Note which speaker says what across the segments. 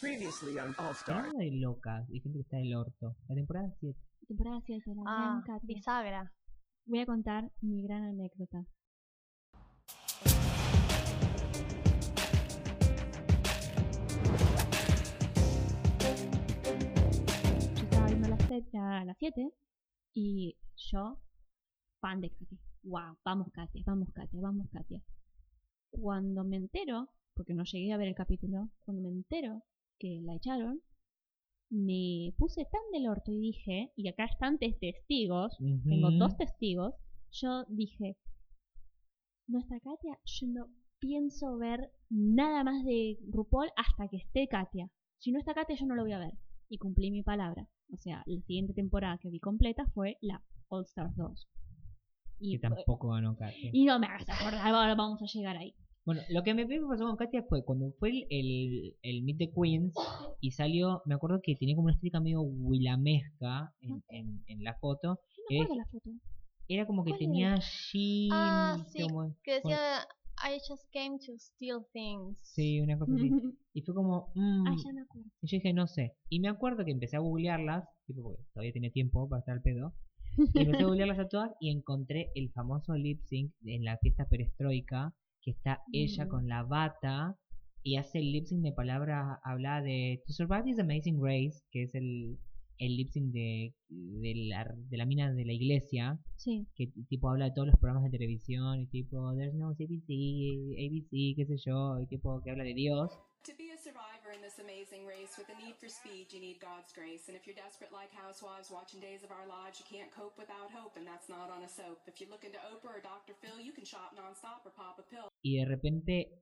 Speaker 1: Previously on All Stars.
Speaker 2: Nada de locas y gente que está del orto. La temporada 7.
Speaker 3: Temporada 7, la
Speaker 4: Ah,
Speaker 3: gran Katia.
Speaker 4: bisagra.
Speaker 3: Voy a contar mi gran anécdota. Yo estaba viendo la set- la- las 7 y yo, fan de Katia. Wow, vamos Katia, vamos Katia, vamos Katia. Cuando me entero, porque no llegué a ver el capítulo, cuando me entero que la echaron, me puse tan del orto y dije, y acá están tes- testigos, tengo dos testigos, yo dije, nuestra Katia, yo no pienso ver nada más de RuPaul hasta que esté Katia. Si no está Katia, yo no lo voy a ver. Y cumplí mi palabra. O sea, la siguiente temporada que vi completa fue la All Stars 2. Y,
Speaker 2: que tampoco ganó Katia.
Speaker 3: y no me hagas acordar, ahora vamos a llegar ahí.
Speaker 2: Bueno, lo que me me pasó con Katia fue cuando fue el, el, el Meet the Queens y salió, me acuerdo que tenía como una estética medio wilamesca en, en, en la foto.
Speaker 3: No me
Speaker 2: Eh,
Speaker 3: acuerdo la foto.
Speaker 2: Era como que
Speaker 3: ¿Cuál
Speaker 2: tenía jeans,
Speaker 4: Ah, sí,
Speaker 2: como-
Speaker 4: Que decía, I just came to steal things.
Speaker 2: sí, una cosa así. Y fue como, mm,
Speaker 3: ah, ya me acuerdo.
Speaker 2: y yo dije, no sé. Y me acuerdo que empecé a googlearlas, tipo, porque todavía tenía tiempo para estar al pedo. Y empecé a googlearlas a todas y encontré el famoso lip sync en la fiesta perestroika, que está ella
Speaker 3: Mm.
Speaker 2: con la bata y hace el lip sync de palabras, habla de To Survive This Amazing Race, que es el, el lip sync de, de, la, de la mina de la iglesia,
Speaker 3: Sí.
Speaker 2: que tipo habla de todos los programas de televisión y tipo There's no ABC, ABC, qué sé yo, y tipo que habla de Dios.
Speaker 5: To be a survivor in this amazing race with a need for speed, you need God's grace. And if you're desperate like housewives watching Days of Our Lives, you can't cope without hope, and that's not on a soap. If you look into Oprah or Dr. Phil, you can shop nonstop or pop a pill.
Speaker 2: y de repente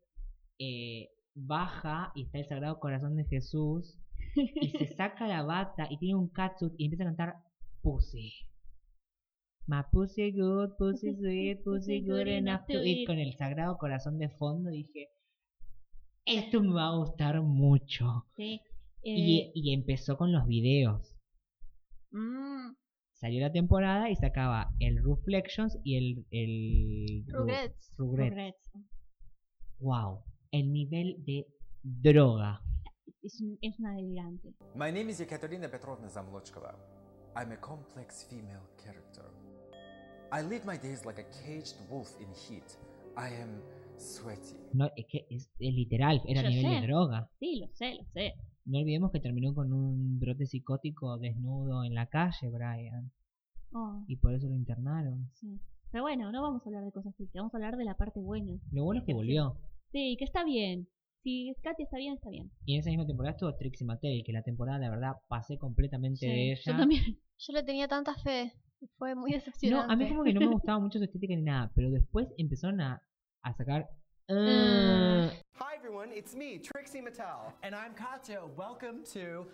Speaker 2: eh, baja y está el Sagrado Corazón de Jesús y se saca la bata y tiene un catsuit y empieza a cantar Pussy. My pussy good, pussy sweet, pussy good enough to eat con el Sagrado Corazón de fondo dije esto me va a gustar mucho
Speaker 3: sí.
Speaker 2: y,
Speaker 3: Eh,
Speaker 2: y empezó con los videos
Speaker 3: mm,
Speaker 2: salió la temporada y sacaba el Reflections y el, el Ru-
Speaker 4: Regrets.
Speaker 2: Rugrats.
Speaker 3: regrets.
Speaker 2: wow el nivel de droga
Speaker 3: Es, un- es una delirante.
Speaker 6: My name is Yekaterina Petrovna Zamlochkova. I'm a complex female character. I live my days like a caged wolf in heat. I am sweaty.
Speaker 2: No, es que es, es literal, era
Speaker 3: Yo
Speaker 2: nivel
Speaker 3: sé.
Speaker 2: de droga.
Speaker 3: Sí, lo sé, lo sé.
Speaker 2: No olvidemos que terminó con un brote psicótico desnudo en la calle, Brian.
Speaker 3: Oh,
Speaker 2: Y por eso lo internaron.
Speaker 3: sí. Pero bueno, no vamos a hablar de cosas tristes, vamos a hablar de la parte buena.
Speaker 2: Lo bueno es que volvió.
Speaker 3: Sí, que está bien. Si Katy está bien, está bien.
Speaker 2: Y en esa misma temporada estuvo Trixie Mattel, que la temporada, la verdad, pasé completamente
Speaker 3: Sí,
Speaker 2: de
Speaker 3: Yo
Speaker 2: ella.
Speaker 3: también.
Speaker 4: Yo le tenía tanta fe. Fue muy
Speaker 2: No,
Speaker 4: decepcionante.
Speaker 2: a mí como que no me gustaba mucho su estética ni nada, pero después empezaron a, a sacar...
Speaker 4: Ah.
Speaker 2: "Ah".
Speaker 7: Hi everyone, it's me, Trixie Mattel. And I'm Katya. Welcome to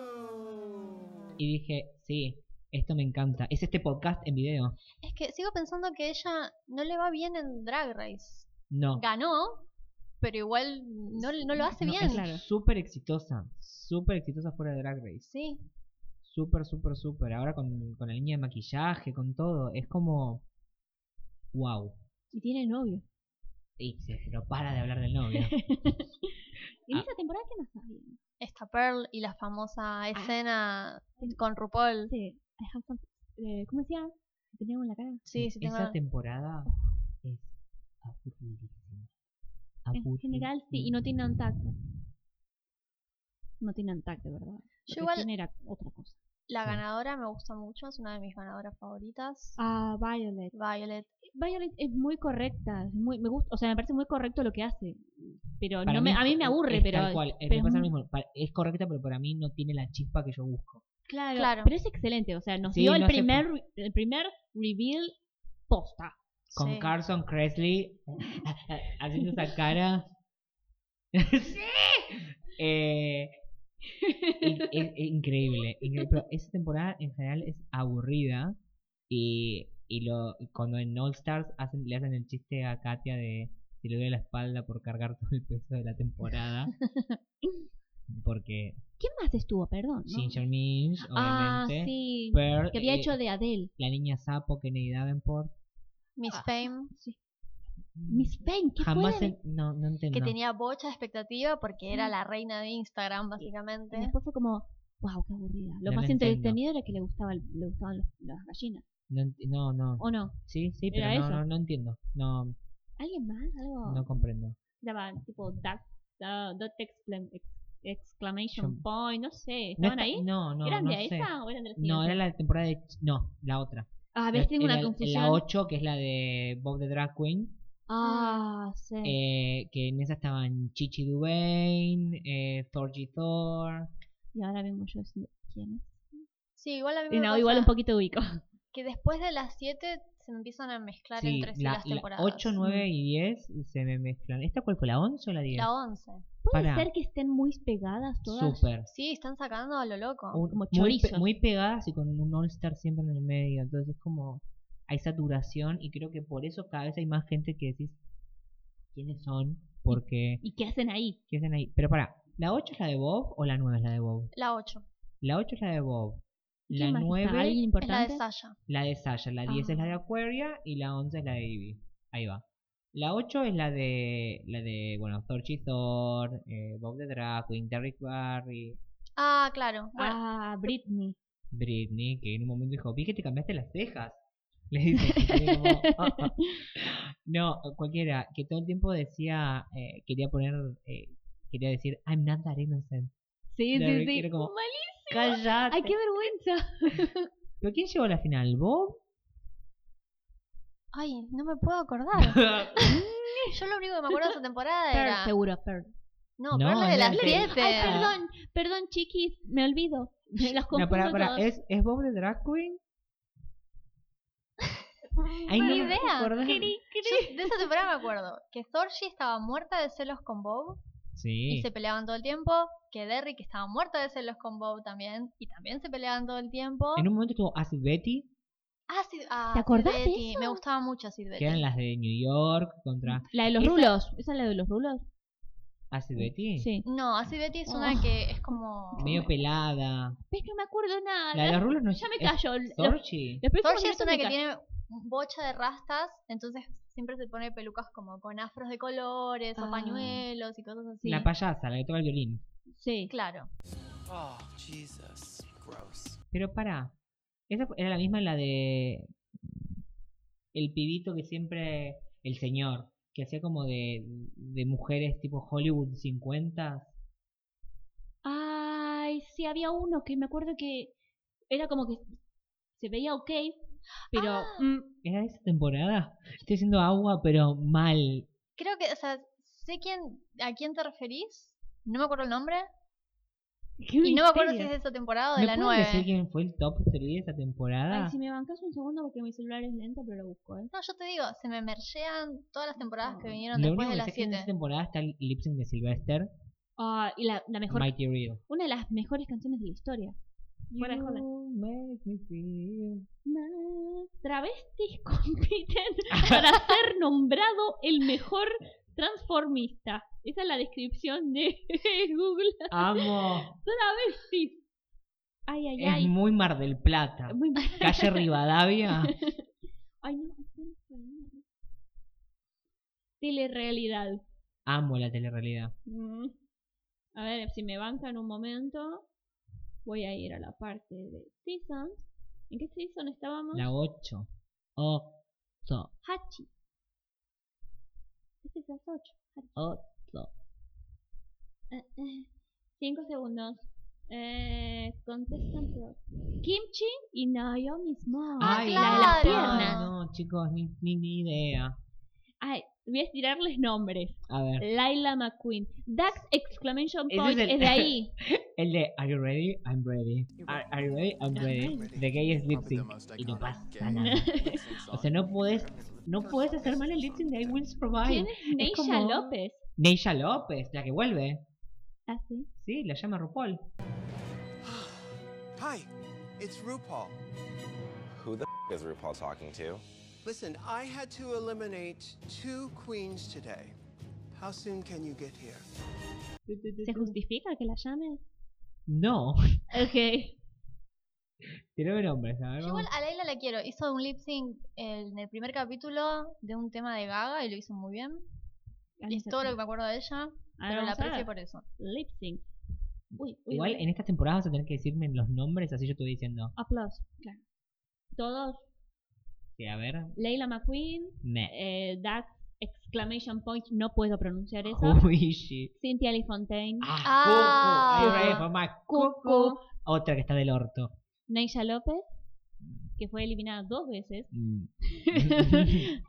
Speaker 7: Oh.
Speaker 2: y dije, sí, esto me encanta. Es este podcast en video.
Speaker 4: Es que sigo pensando que ella no le va bien en Drag Race.
Speaker 2: No.
Speaker 4: Ganó, pero igual no, no lo hace
Speaker 2: No,
Speaker 4: bien.
Speaker 2: Es súper exitosa. Súper exitosa fuera de Drag Race.
Speaker 4: Sí.
Speaker 2: Súper, súper, súper. Ahora con, con la línea de maquillaje, con todo. Es como. ¡Wow!
Speaker 3: Y tiene novio.
Speaker 2: Y se- pero para de hablar del novio.
Speaker 3: En
Speaker 2: Ah.
Speaker 3: esa temporada, ¿qué más está bien?
Speaker 4: Esta Pearl y la
Speaker 2: Ah.
Speaker 4: famosa escena con RuPaul.
Speaker 3: Sí, I have some- eh, ¿Cómo decía? Que tenía algo en la cara.
Speaker 4: Sí, sí, tengo...
Speaker 2: E-, Esa temporada es aburridísima.
Speaker 3: En general, sí, y no tienen tacto. No tienen tacto, ¿verdad?
Speaker 4: Yo igual-
Speaker 3: Era otra cosa.
Speaker 4: La
Speaker 2: Sí.
Speaker 4: ganadora me gusta mucho, es una de mis ganadoras favoritas.
Speaker 3: Ah, Violet.
Speaker 4: Violet.
Speaker 3: Violet es muy correcta, es muy, me gusta, o sea, me parece muy correcto lo que hace, pero
Speaker 2: Para
Speaker 3: no me,
Speaker 2: mí
Speaker 3: a mí me aburre,
Speaker 2: es
Speaker 3: pero,
Speaker 2: Tal cual, eh,
Speaker 3: pero
Speaker 2: me
Speaker 3: es
Speaker 2: pasa lo
Speaker 3: muy-
Speaker 2: mismo. Pa- Es correcta, pero para mí no tiene la chispa que yo busco.
Speaker 3: claro,
Speaker 4: Claro.
Speaker 3: pero es excelente, o sea, nos
Speaker 2: Sí,
Speaker 3: dio el
Speaker 2: no hace-
Speaker 3: primer, re- el primer reveal posta.
Speaker 2: Con
Speaker 4: sí.
Speaker 2: Carson Kressley haciendo esa cara. Eh, in- es, es increíble. increíble. Pero esa temporada en general es aburrida. Y, y lo, y cuando en All Stars hacen, le hacen el chiste a Katia de que le duele la espalda por cargar todo el peso de la temporada. Porque
Speaker 3: ¿Quién más estuvo? Perdón. ¿no?
Speaker 2: Ginger Minch,
Speaker 3: ah,
Speaker 2: obviamente.
Speaker 3: sí,
Speaker 2: Pearl,
Speaker 3: que había
Speaker 2: eh,
Speaker 3: hecho de Adele.
Speaker 2: Ah. la niña sapo Kennedy Davenport.
Speaker 4: Miss Fame.
Speaker 3: Sí. Miss Payne, ¿qué
Speaker 2: Jamás
Speaker 3: fue? de-
Speaker 2: en- no, no entiendo.
Speaker 4: Que tenía bocha de expectativa porque era
Speaker 3: Sí.
Speaker 4: la reina de Instagram,
Speaker 3: Y
Speaker 4: básicamente.
Speaker 3: después fue como, wow, qué aburrida. Lo
Speaker 2: No
Speaker 3: más
Speaker 2: la entiendo.
Speaker 3: entretenido era que le, gustaba, el- le gustaban los- las gallinas.
Speaker 2: No, ent- no, no.
Speaker 3: ¿O no?
Speaker 2: Sí, sí, pero
Speaker 3: Era Oh.
Speaker 2: no,
Speaker 3: eso.
Speaker 2: no, no entiendo. No,
Speaker 3: ¿Alguien más? ¿Algo?
Speaker 2: no comprendo.
Speaker 3: Estaba tipo that, that, that exclam- ex- exclamation
Speaker 2: Yo-
Speaker 3: point, no sé.
Speaker 2: No
Speaker 3: ¿Estaban
Speaker 2: está-
Speaker 3: ahí?
Speaker 2: No, no,
Speaker 3: ¿Eran
Speaker 2: no
Speaker 3: de
Speaker 2: sé.
Speaker 3: esa o eran de la siguiente?
Speaker 2: No, era la temporada de... Ch- No, la otra.
Speaker 3: Ah,
Speaker 2: La-
Speaker 3: ves, tengo una
Speaker 2: la-
Speaker 3: confusión.
Speaker 2: La 8, que es la de Bob the Drag Queen.
Speaker 3: Ah, sí.
Speaker 2: eh, que en esa estaban Chichi Duane, eh, Thorgy Thor.
Speaker 3: y ahora vengo yo diciendo, ¿quién es?
Speaker 4: Sí, igual a mí me
Speaker 3: Y no,
Speaker 4: pasa
Speaker 3: igual un poquito ubico.
Speaker 4: que después de las 7 se empiezan a mezclar
Speaker 2: Sí,
Speaker 4: entre sí
Speaker 2: la,
Speaker 4: las temporadas.
Speaker 2: 8,
Speaker 3: Mm.
Speaker 2: 9 y 10 se me mezclan. ¿Esta cuál fue? ¿La 11 o la 10?
Speaker 4: La 11.
Speaker 3: ¿Puede
Speaker 2: Pará.
Speaker 3: ser que estén muy pegadas todas?
Speaker 2: Súper.
Speaker 4: Sí, están sacando a lo loco.
Speaker 2: Un-
Speaker 3: como
Speaker 2: muy, pe-
Speaker 3: chorizos.
Speaker 2: muy pegadas y con un All-Star siempre en el medio. Entonces es como hay saturación y creo que por eso cada vez hay más gente que decís quiénes son, porque
Speaker 3: ¿Y qué hacen ahí?
Speaker 2: qué hacen ahí. Pero pará, ¿la 8 es la de Bob o la 9 es la de Bob?
Speaker 4: La 8.
Speaker 2: La 8 es la de Bob. La
Speaker 3: ¿Quién más está?
Speaker 2: 9
Speaker 3: ¿Alguien
Speaker 4: Es la
Speaker 3: importante?
Speaker 4: de Sasha.
Speaker 2: La de Sasha, la 10 es la de
Speaker 3: Ah.
Speaker 2: Aquaria y la 11 es la de Ivy. Ahí va. La 8 es la de, la de bueno, Thorgy Thor, eh, Bob the Drag Queen, Derrick Barry,
Speaker 4: Ah, claro. Bueno,
Speaker 3: Ah, Britney.
Speaker 2: Britney, que en un momento dijo, vi que te cambiaste las cejas. Le dice, y fue como, "Ah, ah". no, cualquiera, que todo el tiempo decía, eh, quería poner, eh, quería decir, I'm not that innocent.
Speaker 3: Sí, sí,
Speaker 2: Derek,
Speaker 3: sí.
Speaker 2: era como,
Speaker 3: Malísimo.
Speaker 2: Callate.
Speaker 3: Ay, qué vergüenza.
Speaker 2: ¿Pero quién llegó a la final? ¿Bob?
Speaker 4: ay, no me puedo acordar. Yo lo único que me acuerdo de esa temporada
Speaker 3: Pearl,
Speaker 4: era.
Speaker 3: seguro, Pearl.
Speaker 4: No,
Speaker 2: No,
Speaker 4: pero la de
Speaker 2: era
Speaker 4: las
Speaker 2: la-
Speaker 3: Ay,
Speaker 4: 7.
Speaker 3: perdón, perdón, chiquis, me olvido. Me los confundo
Speaker 2: No, pará, pará,
Speaker 3: todos.
Speaker 2: ¿Es, ¿Es Bob de Drag Queen? Ay,
Speaker 4: Ni
Speaker 2: no me
Speaker 4: idea.
Speaker 2: acordaba.
Speaker 3: Cri, cri.
Speaker 4: Yo de esa temporada me acuerdo que Thorgy estaba muerta de celos con Bob y
Speaker 2: Sí.
Speaker 4: se peleaban todo el tiempo. Que Derrick estaba muerta de celos con Bob también y también se peleaban todo el tiempo.
Speaker 2: En un momento estuvo Acid Betty,
Speaker 4: Ah, sí, ah,
Speaker 3: ¿Te
Speaker 4: Sid
Speaker 3: acordás de
Speaker 4: Betty,
Speaker 3: eso?
Speaker 4: Me gustaba mucho Sid
Speaker 2: que eran
Speaker 4: Betty.
Speaker 2: las de New York contra
Speaker 3: La de los
Speaker 4: Esa-
Speaker 3: rulos. ¿Esa es la de los rulos?
Speaker 2: Acid Betty.
Speaker 3: Sí.
Speaker 4: No, a Sid Betty es
Speaker 3: Oh.
Speaker 4: una que es como.
Speaker 2: Medio pelada.
Speaker 3: ¿Ves que no me acuerdo nada?
Speaker 2: La de los rulos no es.
Speaker 3: Ya me
Speaker 2: es
Speaker 3: callo. Los-
Speaker 2: Sorchi.
Speaker 3: los próximos
Speaker 4: Thorgy es
Speaker 3: minutos
Speaker 4: una
Speaker 3: me
Speaker 4: que
Speaker 3: callo.
Speaker 4: tiene bocha de rastas, entonces siempre se pone pelucas como con afros de colores
Speaker 3: Ah.
Speaker 4: o pañuelos y cosas así.
Speaker 2: La payasa, la que toca el violín.
Speaker 3: Sí.
Speaker 4: Claro.
Speaker 7: Oh, Jesus. Gross.
Speaker 2: Pero pará. Esa fu- era la misma la de. El pibito que siempre. El señor. Que hacía como de. De mujeres tipo Hollywood 50.
Speaker 3: Ay, sí, había uno que me acuerdo que era como que se veía ok, pero
Speaker 4: Ah.
Speaker 3: mm,
Speaker 2: ¿Era de esa temporada? Estoy haciendo agua, pero mal.
Speaker 4: Creo que, o sea, sé quién, a quién te referís. No me acuerdo el nombre.
Speaker 3: qué
Speaker 4: Y no me acuerdo si es
Speaker 3: misterio.
Speaker 4: de esa temporada o de
Speaker 2: ¿Me
Speaker 4: la
Speaker 2: pueden decir
Speaker 4: 9.
Speaker 2: quién fue el top 3 de esa temporada?
Speaker 3: Ay, si me bancas un segundo porque mi celular es lento, pero lo busco, ¿eh?
Speaker 4: No, yo te digo, se me mergean todas las temporadas que
Speaker 3: No.
Speaker 4: vinieron
Speaker 2: Lo
Speaker 4: después
Speaker 2: único
Speaker 4: de
Speaker 2: que
Speaker 4: las
Speaker 2: sé es que en esa
Speaker 4: 7.
Speaker 2: temporada está el lip sync de Sylvester,
Speaker 3: Ah, y la, la mejor,
Speaker 2: Mighty Real.
Speaker 3: una de las mejores canciones de la historia. Fuera de joda.
Speaker 2: You make me feel.
Speaker 3: Más Travestis compiten para ser nombrado el mejor transformista. Esa es la descripción de Google.
Speaker 2: Amo.
Speaker 3: Travestis. Ay, ay,
Speaker 2: es
Speaker 3: ay.
Speaker 2: muy Mar del Plata.
Speaker 3: Muy mal.
Speaker 2: Calle Rivadavia.
Speaker 3: Ay, no, esto no fue nada. Telerealidad.
Speaker 2: Amo la telerrealidad.
Speaker 3: Mm. A ver, si me bancan un momento, voy a ir a la parte de Seasons. ¿En qué Season estábamos?
Speaker 2: La 8. Ozo.
Speaker 3: Hachi. Este es las 8.
Speaker 2: Ozo.
Speaker 3: 5 Eh, segundos. Eh, contestan por Kimchi y Naomi Small.
Speaker 4: Ah,
Speaker 2: Ay,
Speaker 3: la de las
Speaker 4: claro.
Speaker 3: piernas.
Speaker 2: no, chicos, ni, ni, ni idea.
Speaker 3: Ay, voy a tirarles nombres.
Speaker 2: A ver.
Speaker 3: Laila McQueen. Dax Exclamation
Speaker 2: Ese
Speaker 3: Point
Speaker 2: es
Speaker 3: es,
Speaker 2: el-
Speaker 3: de ahí.
Speaker 2: El de Are you ready? I'm ready. Are, are you ready? I'm ready. The gay is lip sync. Y no pasa nada. O sea, no podés, no podés hacer mal el lip sync de I Will
Speaker 3: ¿Quién
Speaker 2: Survive.
Speaker 3: es Neisha
Speaker 2: como-
Speaker 3: López?
Speaker 2: Neisha López, la que vuelve.
Speaker 3: Ah, sí.
Speaker 2: Sí, la llama RuPaul.
Speaker 1: Hi, it's RuPaul.
Speaker 8: Who the f- is RuPaul talking to?
Speaker 1: Listen, I had to eliminate two queens today. How soon can you get here?
Speaker 3: ¿Se justifica que la llame?
Speaker 2: No.
Speaker 3: Ok.
Speaker 2: Tirame nombres, a ver.
Speaker 4: Yo
Speaker 2: vamos.
Speaker 4: igual a Layla la quiero. Hizo un lip sync en el primer capítulo de un tema de Gaga y lo hizo muy bien.
Speaker 2: Ah,
Speaker 4: Y es todo lo que me acuerdo de ella, pero la aprecio por eso.
Speaker 3: Lip sync. Uy, uy,
Speaker 2: Igual
Speaker 3: uy.
Speaker 2: en estas temporadas vas a tener que decirme los nombres, así yo te voy diciendo.
Speaker 3: Aplausos, claro. Todos.
Speaker 2: Sí, a ver.
Speaker 3: Leila McQueen,
Speaker 2: Me.
Speaker 3: eh, Dax exclamation point, no puedo pronunciar eso.
Speaker 2: Juishi.
Speaker 3: Cynthia Lee Fontaine,
Speaker 2: Ah,
Speaker 4: Ah.
Speaker 2: Cucu. Ahí va, mamá.
Speaker 3: Cucu,
Speaker 2: Otra que está del orto.
Speaker 3: Neisha López, que fue eliminada dos veces,
Speaker 2: Mm.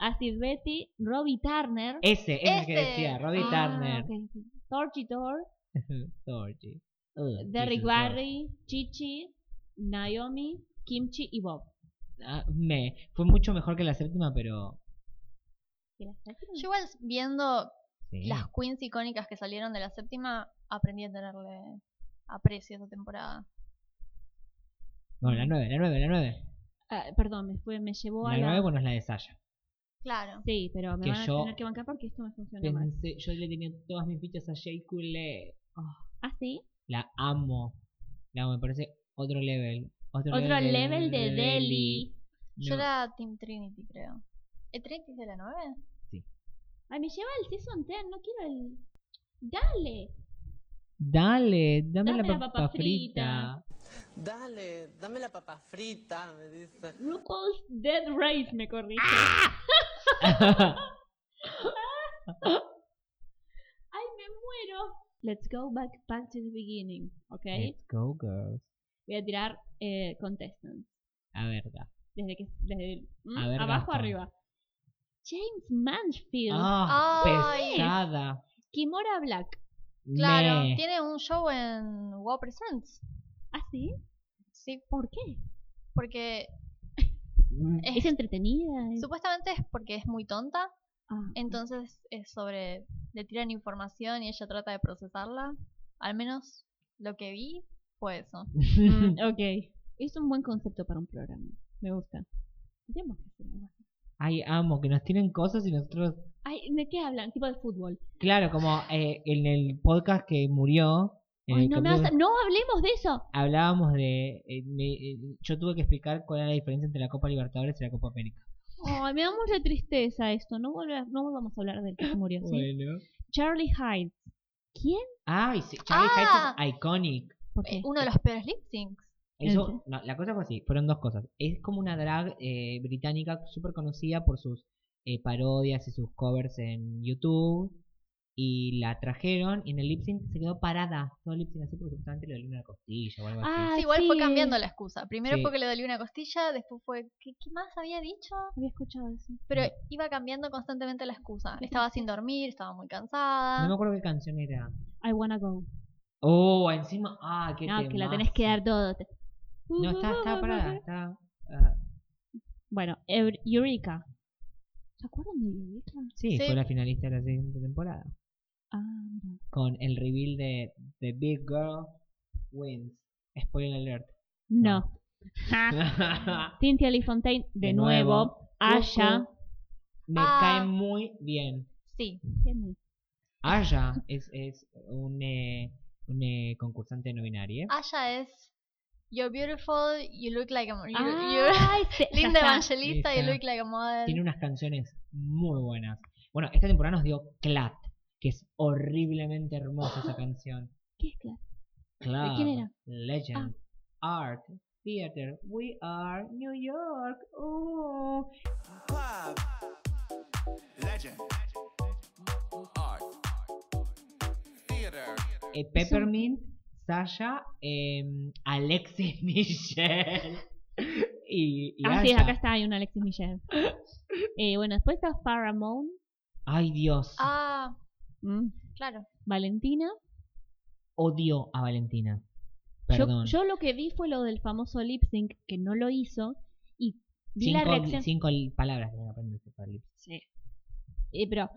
Speaker 3: Acid Betty, Robbie Turner,
Speaker 2: Ese, ese es el que
Speaker 4: Ese.
Speaker 2: decía, Eh, Robbie
Speaker 3: ah,
Speaker 2: Turner.
Speaker 3: ok, sí. Torchy Tor,
Speaker 2: Sorry. Ugh,
Speaker 3: Derrick
Speaker 2: Jesus,
Speaker 3: Barry, Chichi, Naomi, Kimchi y Bob.
Speaker 2: Lord. Ah, me. Fue mucho mejor que la séptima, pero.
Speaker 3: ¿Y las séptimas?
Speaker 4: Yo igual viendo
Speaker 2: Sí.
Speaker 4: las queens icónicas que salieron de la séptima, aprendí a tenerle aprecio esta temporada.
Speaker 2: Bueno, la nueve, la nueve, la nueve.
Speaker 3: Ah, perdón, me, fue, me llevó a
Speaker 2: La
Speaker 3: la...
Speaker 2: nueve, bueno, es la de Sasha.
Speaker 4: Claro.
Speaker 3: Sí, pero me
Speaker 2: Que
Speaker 3: van a
Speaker 2: yo-
Speaker 3: tener que bancar porque esto me funciona mal.
Speaker 2: Pensé, yo le tenía todas mis fichas a Jay Cule.
Speaker 3: Ah, sí.
Speaker 2: La amo. La amo, me parece otro level. Otro,
Speaker 3: Otro
Speaker 2: level,
Speaker 3: level de Delhi.
Speaker 2: Delhi.
Speaker 4: Yo
Speaker 2: No,
Speaker 4: era Team Trinity, creo. ¿Es Trinity de la 9?
Speaker 3: Ay, me lleva el Season 10, no quiero el... Dale.
Speaker 2: Dale, dame,
Speaker 3: Dame
Speaker 2: la papa, frita.
Speaker 9: Dale, dame la papa frita, me dice.
Speaker 3: RuPaul's Dead Race me corrige.
Speaker 2: Ah.
Speaker 3: Ay, me muero. Let's go back, back to the beginning, ¿ok?
Speaker 2: Let's go, girls.
Speaker 3: Voy a tirar eh, contestants.
Speaker 2: A ver, da.
Speaker 3: Desde que... Desde el- mm,
Speaker 2: A ver,
Speaker 3: abajo
Speaker 2: Gastón.
Speaker 3: arriba. James Mansfield.
Speaker 2: Ah,
Speaker 4: Ay.
Speaker 2: pesada.
Speaker 3: Kimora Black.
Speaker 4: Claro.
Speaker 2: Me.
Speaker 4: Tiene un show en Wow Presents.
Speaker 3: ¿Ah, sí?
Speaker 4: Sí,
Speaker 3: ¿Por qué?
Speaker 4: porque
Speaker 3: Es,
Speaker 4: es,
Speaker 3: entretenida.
Speaker 2: Mm.
Speaker 3: es-
Speaker 4: supuestamente es porque es muy tonta.
Speaker 3: Ah,
Speaker 4: Entonces es sobre. Le tiran información y ella trata de procesarla. Al menos lo que vi fue eso.
Speaker 3: Mm, ok. Es un buen concepto para un programa. Me gusta. Tenemos que hacer algo así.
Speaker 2: Ay, amo, que nos tienen cosas y nosotros.
Speaker 3: Ay, ¿de qué hablan? Tipo de fútbol.
Speaker 2: Claro, como eh, en el podcast que murió. en
Speaker 3: Ay,
Speaker 2: el
Speaker 3: no, me
Speaker 2: capítulo-
Speaker 3: vas a- no hablemos de eso.
Speaker 2: Hablábamos de. eh, me- eh, yo tuve que explicar cuál era la diferencia entre la Copa Libertadores y la Copa América.
Speaker 3: Ay, me da mucha tristeza esto. No, volva- no volvamos a hablar del que se murió. ¿sí?
Speaker 2: Bueno.
Speaker 3: Charlie Hyde. ¿Quién?
Speaker 2: Ay, sí, Charlie
Speaker 4: Ah.
Speaker 2: Hyde es iconic.
Speaker 3: ¿Por
Speaker 4: Eh,
Speaker 3: qué?
Speaker 4: Uno de los peores lip syncs.
Speaker 2: Eso, no, la cosa fue así, fueron dos cosas. Es como una drag eh, británica súper conocida por sus eh, parodias y sus covers en YouTube. Y la trajeron y en el lip sync se quedó parada. Todo el lip sync así porque supuestamente le dolió una costilla o algo así.
Speaker 3: Ah,
Speaker 4: Sí, igual fue
Speaker 3: sí.
Speaker 4: cambiando la excusa. Primero
Speaker 2: Sí.
Speaker 4: fue que le dolió una costilla, después fue. ¿Qué, qué más había dicho?
Speaker 3: Había escuchado eso.
Speaker 2: Mm.
Speaker 4: Pero iba cambiando constantemente la excusa. Estaba sin dormir, estaba muy cansada.
Speaker 3: Ah.
Speaker 2: No me acuerdo qué canción era.
Speaker 3: I wanna go.
Speaker 2: Oh, encima. Ah, qué
Speaker 3: No, que la
Speaker 2: temazo.
Speaker 3: tenés que dar todo. Te-
Speaker 2: No, está, está parada. Está, ah,
Speaker 3: Bueno, Eur- Eureka. ¿Se acuerdan de Eureka?
Speaker 2: sí,
Speaker 4: Sí.
Speaker 2: fue la finalista de la siguiente temporada.
Speaker 3: Ah, mira.
Speaker 2: Con el reveal de The Big Girl Wins. Spoiler alert.
Speaker 3: No.
Speaker 2: No.
Speaker 3: Ja. Cynthia Lee Fontaine, de, nuevo. Aya.
Speaker 2: Cucu, Me
Speaker 4: Ah.
Speaker 2: cae muy bien.
Speaker 4: Sí,
Speaker 3: ¿Quién es?
Speaker 2: Aya es, es un, eh, un eh, concursante no binario.
Speaker 3: Ah.
Speaker 4: Aya es You're beautiful, you look like a model.
Speaker 3: Ay, se- ya
Speaker 4: Linda
Speaker 3: está.
Speaker 4: evangelista,
Speaker 2: Ah.
Speaker 4: you
Speaker 2: Lista.
Speaker 4: look like a model.
Speaker 2: Tiene unas canciones muy buenas. Bueno, esta temporada nos dio Clat, que es horriblemente hermosa esa canción.
Speaker 3: ¿Qué es claro?
Speaker 2: Clat.
Speaker 3: quién era? Ah.
Speaker 2: Legend. Art. Theater. We are New York. Uh.
Speaker 1: Club. Legend.
Speaker 9: Art. Theater.
Speaker 2: Eh, Peppermint, Sasha, em, Alexis Michelle. y, y
Speaker 3: Ah, sí,
Speaker 2: Aya.
Speaker 3: acá está, hay un Alexis Michel. Eh, bueno, después está Faramount,
Speaker 2: Ay, Dios.
Speaker 4: Ah,
Speaker 3: mm,
Speaker 4: claro.
Speaker 3: Valentina.
Speaker 2: Odio a Valentina.
Speaker 3: Yo,
Speaker 2: Perdón.
Speaker 3: yo lo que vi fue lo del famoso lip sync, que no lo hizo, y vi la
Speaker 2: cinco,
Speaker 3: reacción.
Speaker 2: cinco li- palabras tenía que este aprenderse para el-
Speaker 3: Eh, pero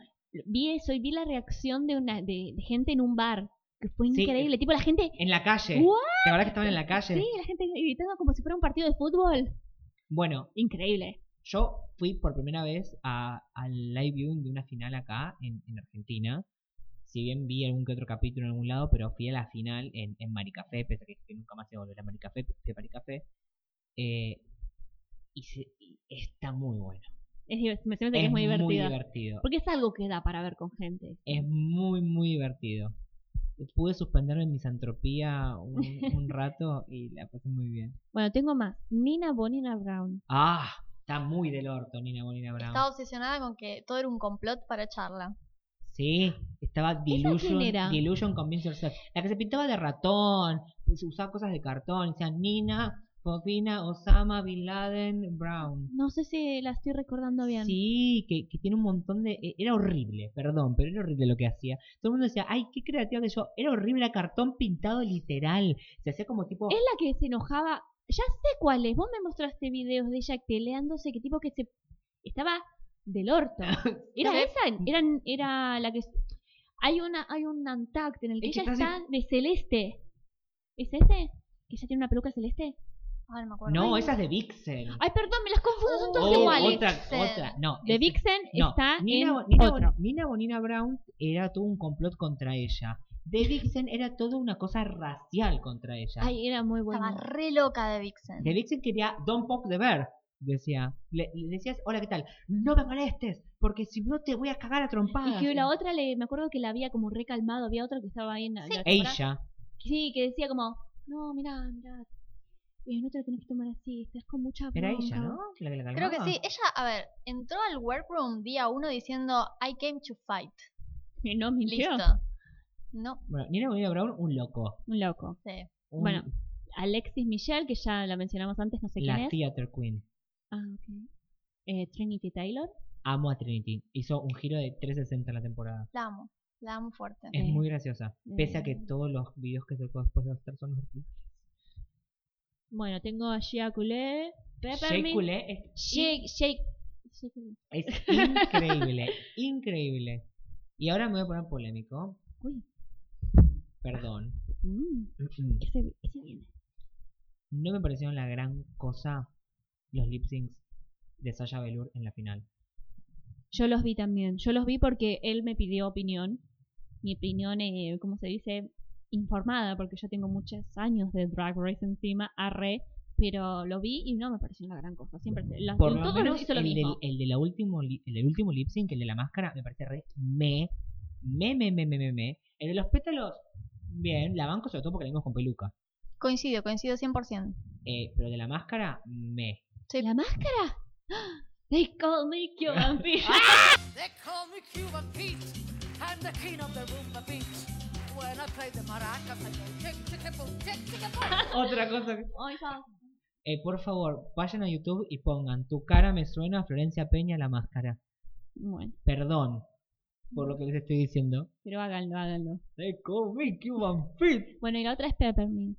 Speaker 3: vi eso y vi la reacción de una de, de gente en un bar, que fue
Speaker 2: Sí.
Speaker 3: increíble. Tipo, la gente.
Speaker 2: En la calle.
Speaker 3: ¿What?
Speaker 2: ¿Te acordás que estaban en la calle?
Speaker 3: Sí, la gente gritando como si fuera un partido de fútbol.
Speaker 2: Bueno,
Speaker 3: Increíble.
Speaker 2: yo fui por primera vez a- al live viewing de una final acá en, en Argentina. Si bien vi algún que otro capítulo en algún lado, pero fui a la final en, en Maricafé, pese a que, que nunca más se volver a Maricafé, fui a Maricafé. Eh, y, se- y está muy bueno.
Speaker 3: Es, div- me se me hace que es muy divertida.
Speaker 2: divertido.
Speaker 3: Porque es algo que da para ver con gente.
Speaker 2: Es muy, muy divertido. Pude suspenderme en misantropía un, un rato y la pasé muy bien.
Speaker 3: Bueno, tengo más. Nina Bonina Brown.
Speaker 2: Ah, está muy del orto, Nina Bonina Brown.
Speaker 4: Estaba obsesionada con que todo era un complot para charla.
Speaker 2: Sí, estaba Delusion,
Speaker 3: quién era?
Speaker 2: Delusion Convince Yourself. La que se pintaba de ratón, pues, usaba cosas de cartón, decía Nina, Fofina, Osama, Bin Laden, Brown.
Speaker 3: No sé si la estoy recordando bien.
Speaker 2: Sí, que, que tiene un montón de... eh, Era horrible, perdón, pero era horrible lo que hacía. Todo el mundo decía, ay, qué creativa que yo. Era horrible, era cartón pintado literal. Se hacía como tipo...
Speaker 3: Es la que se enojaba. Ya sé cuál es. Vos me mostraste videos de ella peleándose, que tipo que se. Estaba del orto. Era
Speaker 4: Sí.
Speaker 3: esa, eran, era la que. Hay una, hay un Nantucket en el que
Speaker 2: Es que
Speaker 3: ella
Speaker 2: está
Speaker 3: está de celeste. ¿Es ese? ¿Que ella tiene una peluca celeste?
Speaker 4: Ah, no me acuerdo.
Speaker 2: No,
Speaker 4: Ay,
Speaker 2: esa es de Vixen.
Speaker 3: Ay, perdón, me las confundo, son todas
Speaker 2: Oh,
Speaker 3: iguales.
Speaker 2: otra,
Speaker 4: Vixen.
Speaker 2: otra. No,
Speaker 3: De
Speaker 2: ese-
Speaker 3: Vixen
Speaker 2: no,
Speaker 3: está
Speaker 2: Nina,
Speaker 3: en
Speaker 2: Nina,
Speaker 3: otro.
Speaker 2: Nina Bonina Brown era todo un complot contra ella. De Vixen era toda una cosa racial contra ella.
Speaker 3: Ay, era muy
Speaker 4: Estaba
Speaker 3: buena.
Speaker 4: re loca de Vixen.
Speaker 2: De Vixen quería Don't Pop the Bear. Decía, le, le decías, hola, ¿qué tal? No me molestes, porque si no te voy a cagar a
Speaker 3: Y
Speaker 2: trompadas.
Speaker 3: que la otra, le, me acuerdo que la había como recalmado, había otra que estaba ahí en la... en la sombra.
Speaker 2: Ella.
Speaker 3: Sí, que decía como, no, mirá, mirá, eh, no te lo tenés que tomar así, estás con mucha
Speaker 2: Era
Speaker 3: bronca".
Speaker 2: ella, ¿no? La que la
Speaker 4: Creo que
Speaker 2: calmaba.
Speaker 4: sí. Ella, a ver, entró al workroom día uno diciendo I came to fight.
Speaker 3: Y no mintió.
Speaker 4: Listo. No,
Speaker 2: Bueno, Nina Bonina Brown, un loco.
Speaker 3: Un loco.
Speaker 4: sé.
Speaker 2: Un-
Speaker 3: Bueno, Alexis Michelle, que ya la mencionamos antes, no sé quién
Speaker 2: la
Speaker 3: es.
Speaker 2: Theater Queen.
Speaker 3: Ah, ok. Eh, Trinity Taylor.
Speaker 2: Amo a Trinity. Hizo un giro de 360 en la temporada.
Speaker 4: La amo. La amo fuerte.
Speaker 2: Es
Speaker 3: Eh,
Speaker 2: muy graciosa. Pese a que
Speaker 3: eh.
Speaker 2: todos los videos que sacó después de hacer son horribles.
Speaker 3: Bueno, tengo a Shea Coulee,
Speaker 2: Shea
Speaker 3: Peppermint.
Speaker 2: Coulee es,
Speaker 3: Shea, Shea, Shea Coulee.
Speaker 2: es increíble, increíble. Y ahora me voy a poner polémico.
Speaker 3: Uy.
Speaker 2: Perdón.
Speaker 3: Mm,
Speaker 2: Mm, mm.
Speaker 3: ese, ese viene.
Speaker 2: No me parecieron la gran cosa los lip syncs de Sasha Velour en la final.
Speaker 3: Yo los vi también. Yo los vi porque él me pidió opinión. Mi opinión, eh, ¿cómo se dice? Informada, porque yo tengo muchos años de Drag Race encima, arre. Pero lo vi y no me pareció una gran cosa. Siempre, las-
Speaker 2: Por
Speaker 3: en
Speaker 2: lo
Speaker 3: todos
Speaker 2: menos
Speaker 3: hizo lo
Speaker 2: el, del,
Speaker 3: mismo.
Speaker 2: el de la último, li- el del último lip sync, el de la máscara, me parece re me, me, me, me, me, me, me. El de los pétalos, bien, la banco sobre todo porque la vimos con peluca.
Speaker 4: Coincido, coincido 100%.
Speaker 2: Eh, pero el de la máscara, me.
Speaker 3: ¿La máscara? ¡Ah! They call me Cuban Pete.
Speaker 9: They call me Cuban Pete. I'm the king of the Roomba Beat. When I play the maracas, I go tick, tick, boom, tick, tick, boom.
Speaker 2: Otra cosa que...
Speaker 3: Ay, pa.
Speaker 2: Eh, por favor, vayan a YouTube y pongan Tu cara me suena a Florencia Peña la máscara.
Speaker 3: bueno,
Speaker 2: Perdón por lo que les estoy diciendo.
Speaker 3: pero háganlo, háganlo.
Speaker 2: They call me Cuban Pete.
Speaker 3: Bueno, y la otra es Peppermint.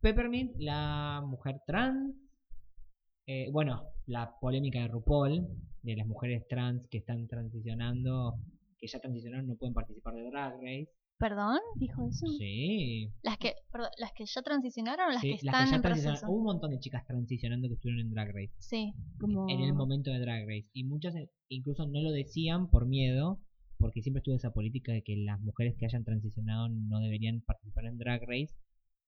Speaker 2: Peppermint, la mujer trans. Eh, bueno, la polémica de RuPaul, de las mujeres trans que están transicionando, que ya transicionaron, no pueden participar de Drag Race.
Speaker 4: ¿Perdón?
Speaker 3: Dijo eso.
Speaker 2: Sí.
Speaker 4: Mm. ¿Las que, perdón, ¿las que ya transicionaron o las
Speaker 2: sí,
Speaker 4: que están
Speaker 2: ya
Speaker 4: en
Speaker 2: transicionaron. Uh.
Speaker 4: proceso?
Speaker 2: Hubo un montón de chicas transicionando que estuvieron en Drag Race.
Speaker 4: Sí.
Speaker 3: Como...
Speaker 2: en el momento de Drag Race. Y muchas eh, incluso no lo decían por miedo, porque siempre estuvo esa política de que las mujeres que hayan transicionado no deberían participar en Drag Race,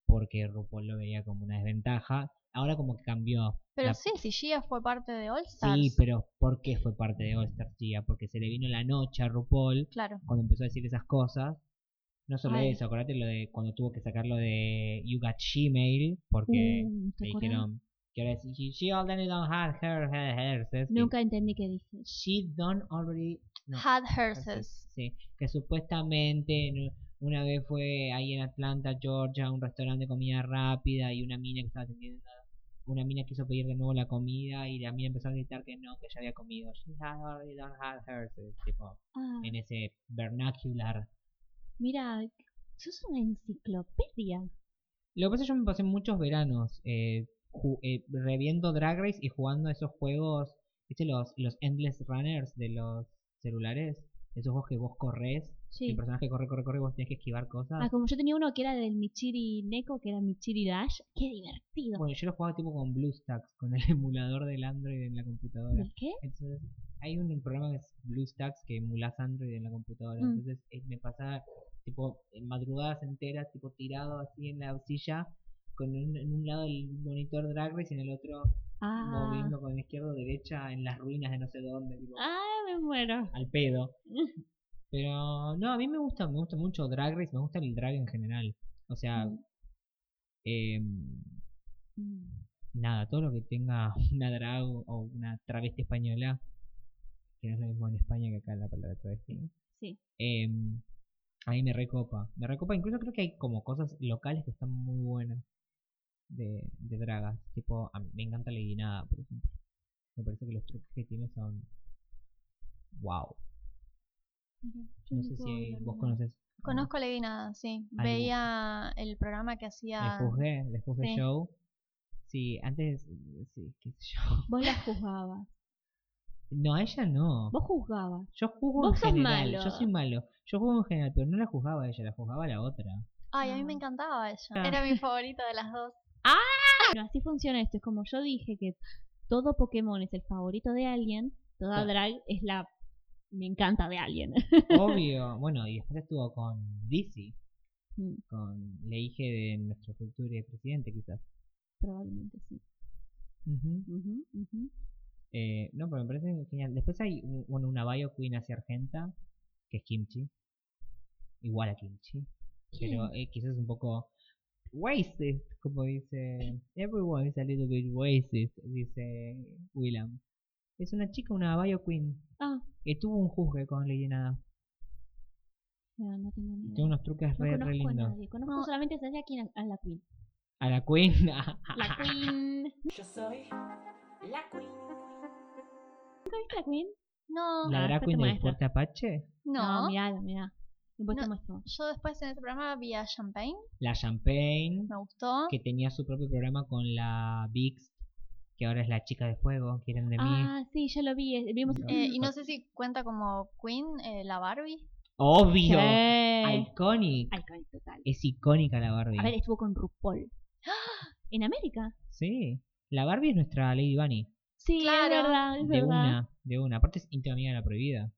Speaker 2: porque RuPaul lo veía como una desventaja. Ahora como que cambió.
Speaker 4: Pero
Speaker 2: la-
Speaker 4: sí, si Gia fue parte de All Stars.
Speaker 2: Sí, pero ¿por qué fue parte de All Stars Gia? Porque se le vino la noche a RuPaul
Speaker 4: Claro.
Speaker 2: cuando empezó a decir esas cosas. No solo
Speaker 3: Ay.
Speaker 2: eso, acordate lo de cuando tuvo que sacar lo de You Got Gmail, porque
Speaker 3: Mm, ¿te
Speaker 2: le
Speaker 3: acordás?
Speaker 2: dijeron que ahora sí, she, she already don't have her, her, her, her
Speaker 3: Nunca entendí qué dije.
Speaker 2: She Don't Already no,
Speaker 4: Had
Speaker 2: Herses,
Speaker 4: Herses.
Speaker 2: sí, que supuestamente en u- una vez fue ahí en Atlanta, Georgia, a un restaurante de comida rápida y una mina que estaba atendiendo, una mina quiso pedir de nuevo la comida y la mina empezó a gritar que no, que ya había comido. She had already done had herses, tipo,
Speaker 3: Ah,
Speaker 2: en ese vernacular.
Speaker 3: mira, sos una enciclopedia.
Speaker 2: Lo que pasa es que yo me pasé muchos veranos eh, ju- eh, reviendo Drag Race y jugando a esos juegos, ¿viste? Los, los Endless Runners de los celulares, esos juegos que vos corres
Speaker 3: Sí.
Speaker 2: El personaje corre, corre, corre y vos tenés que esquivar cosas.
Speaker 3: Ah, como yo tenía uno que era del Michiri Neko, que era Michiri Dash. Qué divertido.
Speaker 2: Bueno, yo lo jugaba tipo con BlueStacks, con el emulador del Android en la computadora.
Speaker 3: ¿El qué?
Speaker 2: Entonces, hay un programa que es BlueStacks que emulas Android en la computadora.
Speaker 3: Mm.
Speaker 2: Entonces, eh, me pasaba tipo en madrugadas enteras, tipo tirado así en la silla, con un, en un lado el monitor Drag Race y en el otro
Speaker 3: Ah,
Speaker 2: moviendo con izquierda o derecha en las ruinas de no sé dónde, tipo,
Speaker 3: ah, me muero.
Speaker 2: al pedo. Pero no, a mí me gusta, me gusta mucho Drag Race, me gusta el drag en general. O sea,
Speaker 3: Mm.
Speaker 2: em,
Speaker 3: Mm.
Speaker 2: nada, todo lo que tenga una drag o- o una travesti española, que no es lo mismo en España que acá la palabra travesti, ¿no?
Speaker 3: Sí.
Speaker 2: Em, a mí me recopa. Me recopa, incluso creo que hay como cosas locales que están muy buenas de, de dragas. Tipo, a mí me encanta la guinada, por ejemplo. Me parece que los truques que tiene son. ¡Wow!
Speaker 3: Mira, yo
Speaker 2: No sé
Speaker 3: puedo
Speaker 2: si
Speaker 3: bailar
Speaker 2: vos
Speaker 3: nada.
Speaker 2: conoces.
Speaker 4: Conozco a Leguina, sí.
Speaker 2: Ahí.
Speaker 4: Veía el programa que
Speaker 2: Le
Speaker 4: hacía.
Speaker 2: juzgué, le juzgué
Speaker 4: Sí.
Speaker 2: show. Sí, antes. Sí, qué sé yo.
Speaker 3: Vos la juzgabas.
Speaker 2: No, a ella no.
Speaker 3: Vos juzgabas.
Speaker 2: Yo juzgo
Speaker 3: Vos
Speaker 2: en
Speaker 3: sos
Speaker 2: general.
Speaker 3: malo.
Speaker 2: Yo soy malo. Yo juzgo en general, pero no la juzgaba a ella, la juzgaba a la otra.
Speaker 4: Ay, a mí me
Speaker 3: Ah.
Speaker 4: encantaba ella.
Speaker 2: Ah.
Speaker 4: Era mi favorita de las dos.
Speaker 3: Pero así funciona esto. Es como yo dije que todo Pokémon es el favorito de alguien, toda
Speaker 2: Ah.
Speaker 3: drag es la me encanta de alguien.
Speaker 2: Obvio. Bueno, y después estuvo con Dizzy,
Speaker 3: Mm,
Speaker 2: con la hija de nuestro futuro presidente, quizás.
Speaker 3: Probablemente sí. Mm.
Speaker 2: Ujú.
Speaker 3: Ujú, ujú.
Speaker 2: Eh, no, pero me parece genial. Después hay un- bueno, una bio queen hacia Argenta, que es Kimchi. Igual a Kimchi. Pero eh, quizás un poco racist, como dice. Everyone is a little bit racist, dice Willam. Es una chica, una bio queen.
Speaker 3: Ah,
Speaker 2: Que tuvo un juzgue con Lady Nada.
Speaker 3: no, no tengo ni
Speaker 2: Tiene
Speaker 3: idea.
Speaker 2: unos truques
Speaker 3: No
Speaker 2: re, re
Speaker 3: conozco a
Speaker 2: lindos.
Speaker 3: nadie. Conozco
Speaker 4: No.
Speaker 3: solamente a Sasha King, a la Queen.
Speaker 2: A la queen. Ah.
Speaker 3: La Queen. ¿Nunca
Speaker 5: Yo soy la queen.
Speaker 3: viste la Queen?
Speaker 4: No,
Speaker 2: ¿La
Speaker 3: Ah,
Speaker 2: drag
Speaker 3: después
Speaker 2: queen
Speaker 3: te
Speaker 2: del
Speaker 3: muestro.
Speaker 2: fuerte Apache?
Speaker 4: no.
Speaker 3: mirá, mirá. Después te
Speaker 4: No.
Speaker 3: muestro.
Speaker 4: Yo después en ese programa vi a Champagne,
Speaker 2: La Champagne,
Speaker 4: me gustó.
Speaker 2: que tenía su propio programa con la Vix, que ahora es la chica de fuego, quieren de mí.
Speaker 3: Ah, sí, ya lo vi. eh, Vimos
Speaker 4: Eh, y no sé si cuenta como Queen, eh, la Barbie.
Speaker 2: Obvio.
Speaker 3: Ay,
Speaker 2: Iconic.
Speaker 3: con total.
Speaker 2: Es icónica la Barbie.
Speaker 3: A ver, estuvo con RuPaul. En América.
Speaker 2: Sí. La Barbie es nuestra Lady Bunny.
Speaker 3: Sí, es
Speaker 4: Claro.
Speaker 3: verdad, es
Speaker 2: De
Speaker 3: verdad.
Speaker 2: una, de una. Aparte es íntima amiga de la prohibida.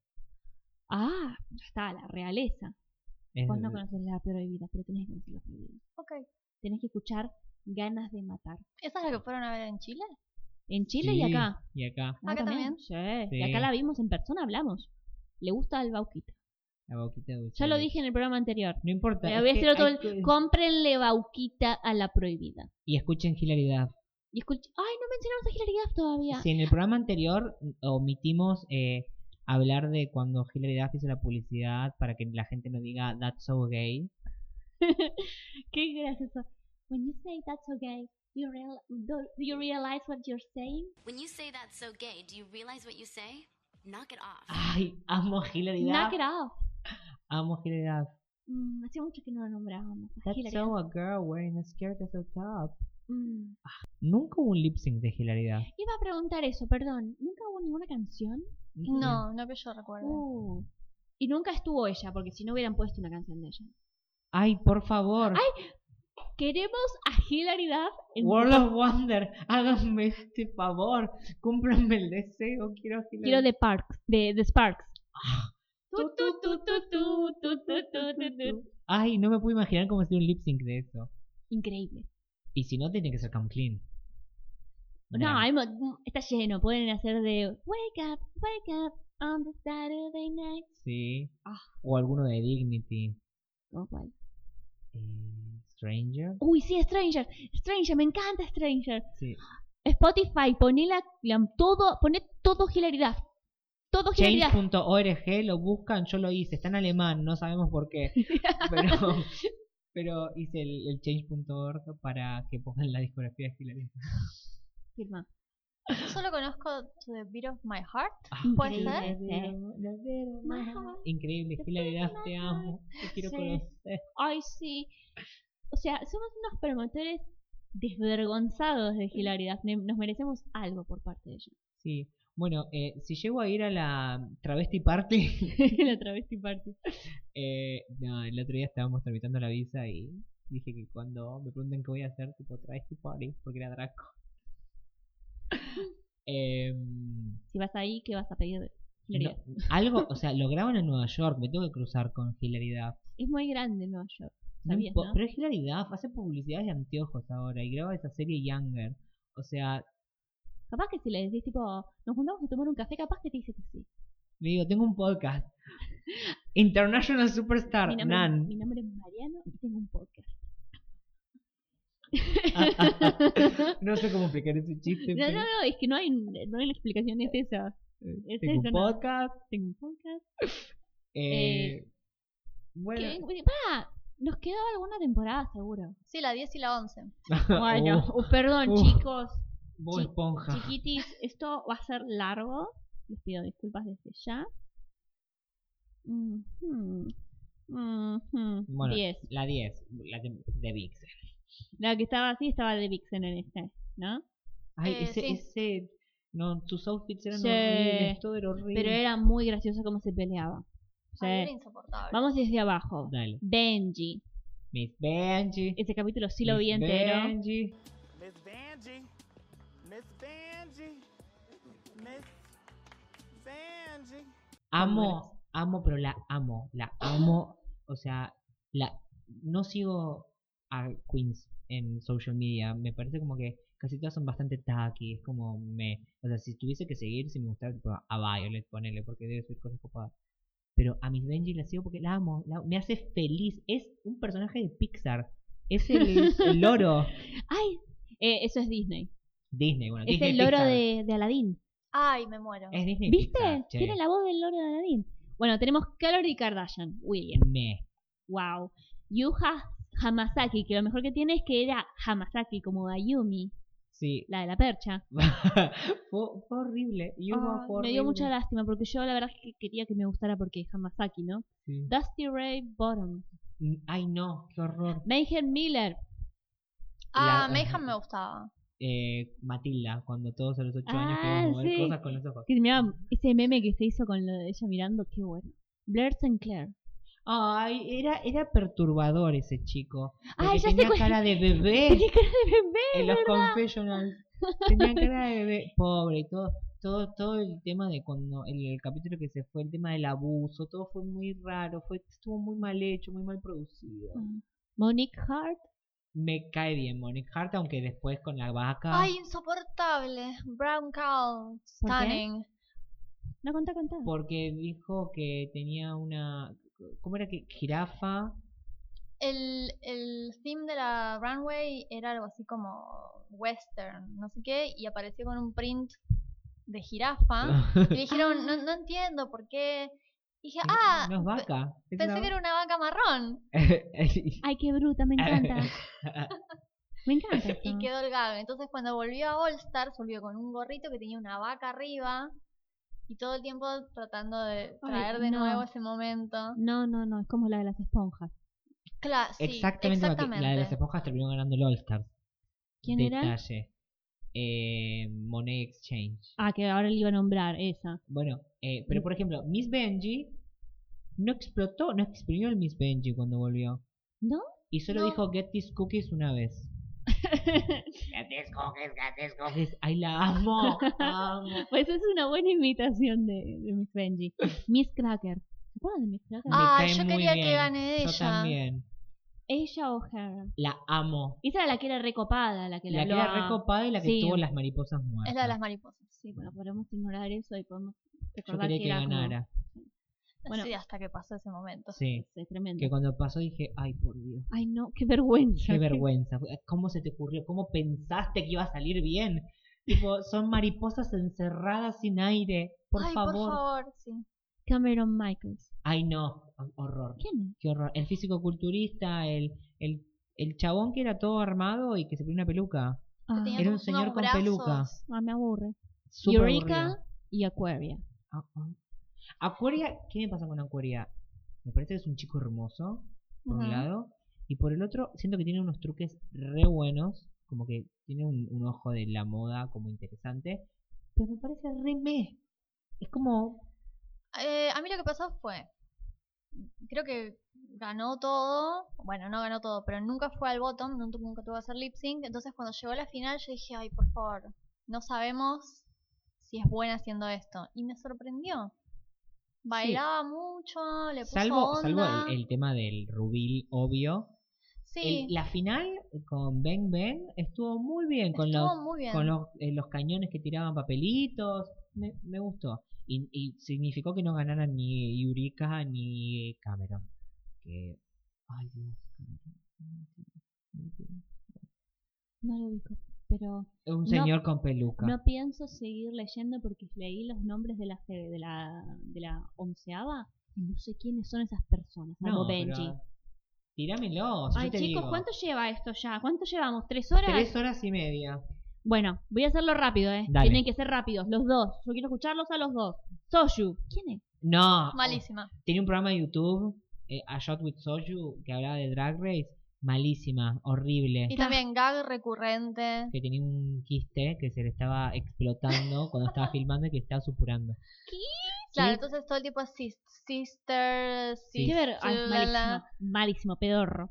Speaker 3: Ah, ya está, la realeza.
Speaker 2: Es-
Speaker 3: Vos no conoces la prohibida, pero tenés que conocer la prohibida.
Speaker 4: Ok.
Speaker 3: Tenés que escuchar ganas de matar.
Speaker 4: ¿Esa es la que fueron a ver en Chile?
Speaker 3: En Chile y
Speaker 2: Sí,
Speaker 3: acá.
Speaker 2: Y acá.
Speaker 4: Acá
Speaker 3: Sí.
Speaker 2: Sí.
Speaker 3: Y acá la vimos en persona, hablamos. Le gusta al Bauquita.
Speaker 2: La boquita dulce.
Speaker 3: Ya lo dije en el programa anterior.
Speaker 2: No importa.
Speaker 3: Pero
Speaker 2: es
Speaker 3: voy a
Speaker 2: que
Speaker 3: decir otro.
Speaker 2: hay que-
Speaker 3: Cómprenle Bauquita a la prohibida.
Speaker 2: Y escuchen Hilaridad.
Speaker 3: Y escuch- Ay, no mencionamos a Hilary Duff todavía.
Speaker 2: Si en el programa anterior omitimos eh, hablar de cuando Hilary Duff hizo la publicidad para que la gente no diga that's so gay.
Speaker 3: Qué gracioso. When you say that's okay, you real do, do you realize what you're saying?
Speaker 10: When you say that's so gay, do you realize what you say? Knock it off.
Speaker 2: Ay, amo a Hilary
Speaker 3: Knock
Speaker 2: Duff.
Speaker 3: it off.
Speaker 2: Amo a Hilary Duff.
Speaker 3: Mm, hacía mucho que no la nombrábamos. a
Speaker 2: That's
Speaker 3: Hilary
Speaker 2: so
Speaker 3: Duff.
Speaker 2: a girl wearing a skirt as a top.
Speaker 3: Mm.
Speaker 2: Nunca hubo un lip sync de Hilary Duff.
Speaker 3: Iba a preguntar eso, perdón. ¿Nunca hubo ninguna canción?
Speaker 4: No, no que yo recuerde.
Speaker 3: Uh. Y nunca estuvo ella, porque si no hubieran puesto una canción de ella.
Speaker 2: Ay, por favor.
Speaker 3: Queremos a Hilary Duff en
Speaker 2: World of Wonder, háganme este favor. Cúmplanme el deseo. Quiero a Hilary
Speaker 3: Quiero de Parks, de, de Sparks.
Speaker 2: Ah. Tu, tu, tu, tu, tu, tu, tu, tu, tu, tu. Ay, no me puedo imaginar cómo sería un lip sync de eso.
Speaker 3: Increíble.
Speaker 2: Y si no, tiene que ser Come Clean.
Speaker 3: No, hay mo- mm, está lleno. Pueden hacer de Wake up, wake up on the Saturday night.
Speaker 2: Sí.
Speaker 3: Ah.
Speaker 2: O alguno de Dignity.
Speaker 3: Como cual.
Speaker 2: Eh, Stranger.
Speaker 3: Uy, sí, Stranger. Stranger, me encanta Stranger.
Speaker 2: Sí.
Speaker 3: Spotify, poné la, la- todo, poné todo hilaridad. Todo hilaridad.
Speaker 2: Change.org, lo buscan, yo lo hice. Está en alemán, no sabemos por qué. Pero, pero hice el, el change.org para que pongan la discografía de Hillary.
Speaker 3: Firma.
Speaker 4: Yo solo conozco To the Beat of My Heart.
Speaker 2: Ah,
Speaker 4: ¿Puede
Speaker 3: Increíble,
Speaker 4: ser?
Speaker 3: sí.
Speaker 2: Increíble, Hillary Duff, te amo. Te quiero
Speaker 3: Sí.
Speaker 2: conocer.
Speaker 3: Ay, sí. O sea, somos unos promotores desvergonzados de hilaridad. Ne- Nos merecemos algo por parte de ella.
Speaker 2: Sí. Bueno, eh, si llego a ir a la Travesti Party,
Speaker 3: la travesti party.
Speaker 2: eh, no, el otro día estábamos tramitando la visa y dije que cuando me pregunten qué voy a hacer, tipo Travesti Party, porque era Draco. Em,
Speaker 3: Si vas ahí, ¿qué vas a pedir?
Speaker 2: no,
Speaker 3: Hilaridad.
Speaker 2: algo, o sea, lo graban en Nueva York, me tengo que cruzar con Hillary Duff.
Speaker 3: Es muy grande Nueva York.
Speaker 2: No
Speaker 3: Sabías,
Speaker 2: impo-
Speaker 3: ¿no?
Speaker 2: Pero es Hilary Duff, hace publicidades de anteojos ahora y graba esa serie Younger. O sea,
Speaker 3: Capaz que si le decís, tipo, nos juntamos a tomar un café, capaz que te dice que sí.
Speaker 2: le digo, tengo un podcast. International Superstar,
Speaker 3: mi, nombre,
Speaker 2: Nan.
Speaker 3: mi nombre es Mariano y tengo un podcast.
Speaker 2: no sé cómo explicar ese chiste.
Speaker 3: No,
Speaker 2: pero-
Speaker 3: no, no, es que no hay, no hay una explicación, es esa. Es
Speaker 2: Tengo
Speaker 3: esa,
Speaker 2: un
Speaker 3: no.
Speaker 2: podcast.
Speaker 3: Tengo un podcast.
Speaker 2: eh,
Speaker 3: Eh,
Speaker 2: bueno,
Speaker 3: Que- pará, nos quedó alguna temporada seguro.
Speaker 4: Sí, la 10 y la 11.
Speaker 3: Bueno,
Speaker 2: Uh,
Speaker 3: uh, perdón,
Speaker 2: uh. Ah.
Speaker 3: chicos,
Speaker 2: Bob
Speaker 3: chi-
Speaker 2: Esponja.
Speaker 3: chiquitis, esto va a ser largo. Les pido disculpas desde ya. Mhm. Mhm.
Speaker 2: Bueno,
Speaker 3: Diez.
Speaker 2: la 10, la de, de Vixen.
Speaker 3: La que estaba así estaba de Vixen en este, ¿no?
Speaker 2: Ay,
Speaker 4: Eh,
Speaker 2: ese,
Speaker 4: sí.
Speaker 2: ese. No, sus outfits eran
Speaker 3: Sí.
Speaker 2: horribles, todo era horrible.
Speaker 3: Pero era muy gracioso cómo se peleaba. Sí.
Speaker 4: Ay, era insoportable.
Speaker 3: Vamos desde abajo.
Speaker 2: Dale.
Speaker 3: Benji.
Speaker 2: Miss Benji.
Speaker 3: Ese capítulo sí lo vi
Speaker 2: Miss
Speaker 3: entero.
Speaker 2: Benji.
Speaker 7: Miss Vanjie. Miss Vanjie. Miss Vanjie.
Speaker 2: Amo, amo, pero la amo, la amo. O sea, la no sigo a Queens en social media. Me parece como que casi todas son bastante tacky. Es como me. O sea, si tuviese que seguir, si me gustara tipo, a Violet, ponele, porque debe ser cosas copadas. Pero a Miss Benji la sigo porque la amo, la- me hace feliz. Es un personaje de Pixar. Es el, el loro.
Speaker 3: Ay, eh, eso es Disney.
Speaker 2: Disney, bueno,
Speaker 3: Es
Speaker 2: Disney
Speaker 3: el loro
Speaker 2: Pixar.
Speaker 3: de, de Aladdin.
Speaker 4: Ay, me muero.
Speaker 2: Es Disney
Speaker 3: ¿Viste?
Speaker 2: Pixar, che.
Speaker 3: Tiene la voz del loro de Aladdin. Bueno, tenemos Calorie Kardashian, William.
Speaker 2: Me.
Speaker 3: Wow. Yuha Hamasaki, que lo mejor que tiene es que era Hamasaki, como Ayumi,
Speaker 2: Sí.
Speaker 3: la de la percha.
Speaker 2: fue, fue horrible. Y hubo-
Speaker 3: Ah,
Speaker 2: fue
Speaker 3: me dio
Speaker 2: horrible.
Speaker 3: mucha lástima porque yo la verdad es que quería que me gustara porque Hamasaki, ¿no?
Speaker 2: Sí.
Speaker 3: Dusty Ray Bottom.
Speaker 2: Mm, Ay, no, qué horror.
Speaker 3: Mayhem Miller.
Speaker 4: Ah,
Speaker 2: La-
Speaker 4: Mayhem me gustaba.
Speaker 2: Eh, Matilda, cuando todos a los 8
Speaker 3: Ah,
Speaker 2: años queremos mover
Speaker 3: sí.
Speaker 2: cosas con los ojos.
Speaker 3: Que mirá, ese meme que se hizo con lo de ella mirando, qué bueno. Blair Sinclair.
Speaker 2: Ay, era, era perturbador ese chico. Porque
Speaker 3: Ay, ya sé
Speaker 2: tenía
Speaker 3: cuál-
Speaker 2: cara de bebé
Speaker 3: Tenía cara de bebé,
Speaker 2: en los
Speaker 3: ¿verdad?
Speaker 2: confessionals. Tenía cara de bebé. Pobre, y todo, todo, todo el tema de cuando, el, el capítulo que se fue, el tema del abuso, todo fue muy raro, fue, estuvo muy mal hecho, muy mal producido.
Speaker 3: Monique Hart.
Speaker 2: Me cae bien Monique Hart, aunque después con la vaca.
Speaker 4: Ay, insoportable. Brown cow,
Speaker 3: Ah. ¿Por qué?
Speaker 4: stunning.
Speaker 3: No, contá, contá.
Speaker 2: Porque dijo que tenía una. ¿Cómo era que? Jirafa.
Speaker 4: El, el theme de la runway era algo así como western, no sé qué, y apareció con un print de jirafa. Y me dijeron, no, no entiendo por qué. Y dije, ah,
Speaker 2: no es vaca. es
Speaker 4: pensé
Speaker 2: una
Speaker 4: que era una vaca marrón.
Speaker 2: vaca.
Speaker 3: Ay, qué bruta, me encanta. Me encanta. eso.
Speaker 4: Y quedó el gag. Entonces cuando volvió a All Stars, volvió con un gorrito que tenía una vaca arriba. Y todo el tiempo tratando de traer de
Speaker 3: no.
Speaker 4: nuevo ese momento.
Speaker 3: No, no, no, es como la de las esponjas.
Speaker 4: Claro, sí,
Speaker 2: exactamente, lo que- La de las
Speaker 4: exactamente.
Speaker 2: esponjas terminó ganando el All Stars.
Speaker 3: ¿Quién era?
Speaker 2: Detalle. Eh, Monet Exchange.
Speaker 3: Ah, que ahora le iba a nombrar, esa.
Speaker 2: Bueno, eh,
Speaker 4: Mm.
Speaker 2: pero por ejemplo, Miss Benji no explotó, no exprimió el Miss Benji cuando volvió.
Speaker 3: ¿No?
Speaker 2: Y solo
Speaker 4: No.
Speaker 2: dijo Get These Cookies una vez. get These Cookies, Get These Cookies. Ay, la amo, amo.
Speaker 3: Pues es una buena imitación de, de Miss Benji. Miss Cracker. ¿Se acuerdan de Miss Cracker?
Speaker 2: Me
Speaker 4: Ah,
Speaker 2: cae
Speaker 4: yo
Speaker 2: muy
Speaker 4: quería que
Speaker 2: bien.
Speaker 4: gane
Speaker 2: Yo
Speaker 4: ella.
Speaker 2: también.
Speaker 3: Ella O'Hara.
Speaker 2: La amo.
Speaker 3: Esa era la que era recopada, la que le
Speaker 2: La que
Speaker 3: habló
Speaker 2: era
Speaker 3: a-
Speaker 2: recopada y la que
Speaker 3: Sí.
Speaker 2: tuvo las mariposas muertas.
Speaker 4: Es la de las mariposas.
Speaker 3: Sí, bueno, podemos ignorar eso y podemos
Speaker 2: Yo
Speaker 3: recordar
Speaker 2: quería
Speaker 3: era
Speaker 2: que
Speaker 3: como-
Speaker 2: ganara.
Speaker 3: Bueno.
Speaker 4: Sí, hasta que pasó ese momento.
Speaker 2: Sí.
Speaker 3: Sí, tremendo.
Speaker 2: Que cuando pasó dije, ay, por Dios.
Speaker 3: Ay, no, qué vergüenza.
Speaker 2: Qué vergüenza. ¿Cómo se te ocurrió? ¿Cómo pensaste que iba a salir bien? Tipo, son mariposas encerradas sin aire. Por,
Speaker 4: Ay,
Speaker 2: favor.
Speaker 4: por favor, sí.
Speaker 3: Cameron Michaels.
Speaker 2: Ay, no. Horror.
Speaker 3: ¿Quién?
Speaker 2: Qué horror. El físico culturista, el, el, el chabón que era todo armado y que se ponía una peluca.
Speaker 3: Ah,
Speaker 4: tenía
Speaker 2: Era un
Speaker 4: unos
Speaker 2: señor con
Speaker 4: brazos.
Speaker 2: peluca.
Speaker 3: ah, me aburre.
Speaker 2: Súper
Speaker 3: Eureka
Speaker 2: aburrido.
Speaker 3: y Aquaria.
Speaker 2: Ah, ah. Aquaria, ¿qué me pasa con Aquaria? Me parece que es un chico hermoso, por un
Speaker 4: Ujú.
Speaker 2: lado, y por el otro, siento que tiene unos truques re buenos, como que tiene un, un ojo de la moda como interesante, pero me parece re meh. Es como,
Speaker 4: Eh, a mí lo que pasó fue. Creo que ganó todo. Bueno, no ganó todo, pero nunca fue al bottom. nun- Nunca tuvo que hacer lip sync. Entonces, cuando llegó a la final, yo dije, ay, por favor, no sabemos si es buena haciendo esto. Y me sorprendió. Bailaba mucho, le puso
Speaker 2: salvo,
Speaker 4: onda.
Speaker 2: salvo el, el tema del rubil obvio,
Speaker 4: Sí.
Speaker 2: El- la final con Ben Ben estuvo muy bien con
Speaker 4: Estuvo
Speaker 2: los
Speaker 4: muy bien.
Speaker 2: con los, eh, los cañones que tiraban papelitos. Me, me gustó. Y, y significó que no ganaran ni Yurika ni Cameron. Que. Ay, Dios. Cameron.
Speaker 3: No lo ubico, pero
Speaker 2: Es un
Speaker 3: No.
Speaker 2: señor con peluca.
Speaker 3: no pienso seguir leyendo porque leí los nombres de la fe- de la de la onceava y no sé quiénes son esas personas, salvo
Speaker 2: No, pero-
Speaker 3: Benji.
Speaker 2: Tíramelo. si
Speaker 3: Ay,
Speaker 2: yo te
Speaker 3: chicos,
Speaker 2: digo.
Speaker 3: ¿cuánto lleva esto ya? ¿Cuánto llevamos? ¿Tres horas?
Speaker 2: Tres horas y media.
Speaker 3: Bueno, voy a hacerlo rápido, ¿eh?
Speaker 2: Dale.
Speaker 3: Tienen que ser rápidos, los dos. Yo quiero escucharlos a los dos. Soyu, ¿quién es?
Speaker 2: No.
Speaker 4: Malísima.
Speaker 2: Tenía un programa de YouTube, eh, A Shot with Soju, que hablaba de Drag Race. Malísima, horrible.
Speaker 4: Y también gag recurrente.
Speaker 2: Que tenía un quiste que se le estaba explotando cuando estaba filmando y que estaba supurando.
Speaker 4: Claro,
Speaker 2: Sí.
Speaker 4: entonces todo el tipo sis- sister,
Speaker 2: Sí.
Speaker 3: Qué
Speaker 4: sis-
Speaker 3: ver- ay,
Speaker 4: la-
Speaker 3: malísimo,
Speaker 4: la-
Speaker 3: malísimo, pedorro.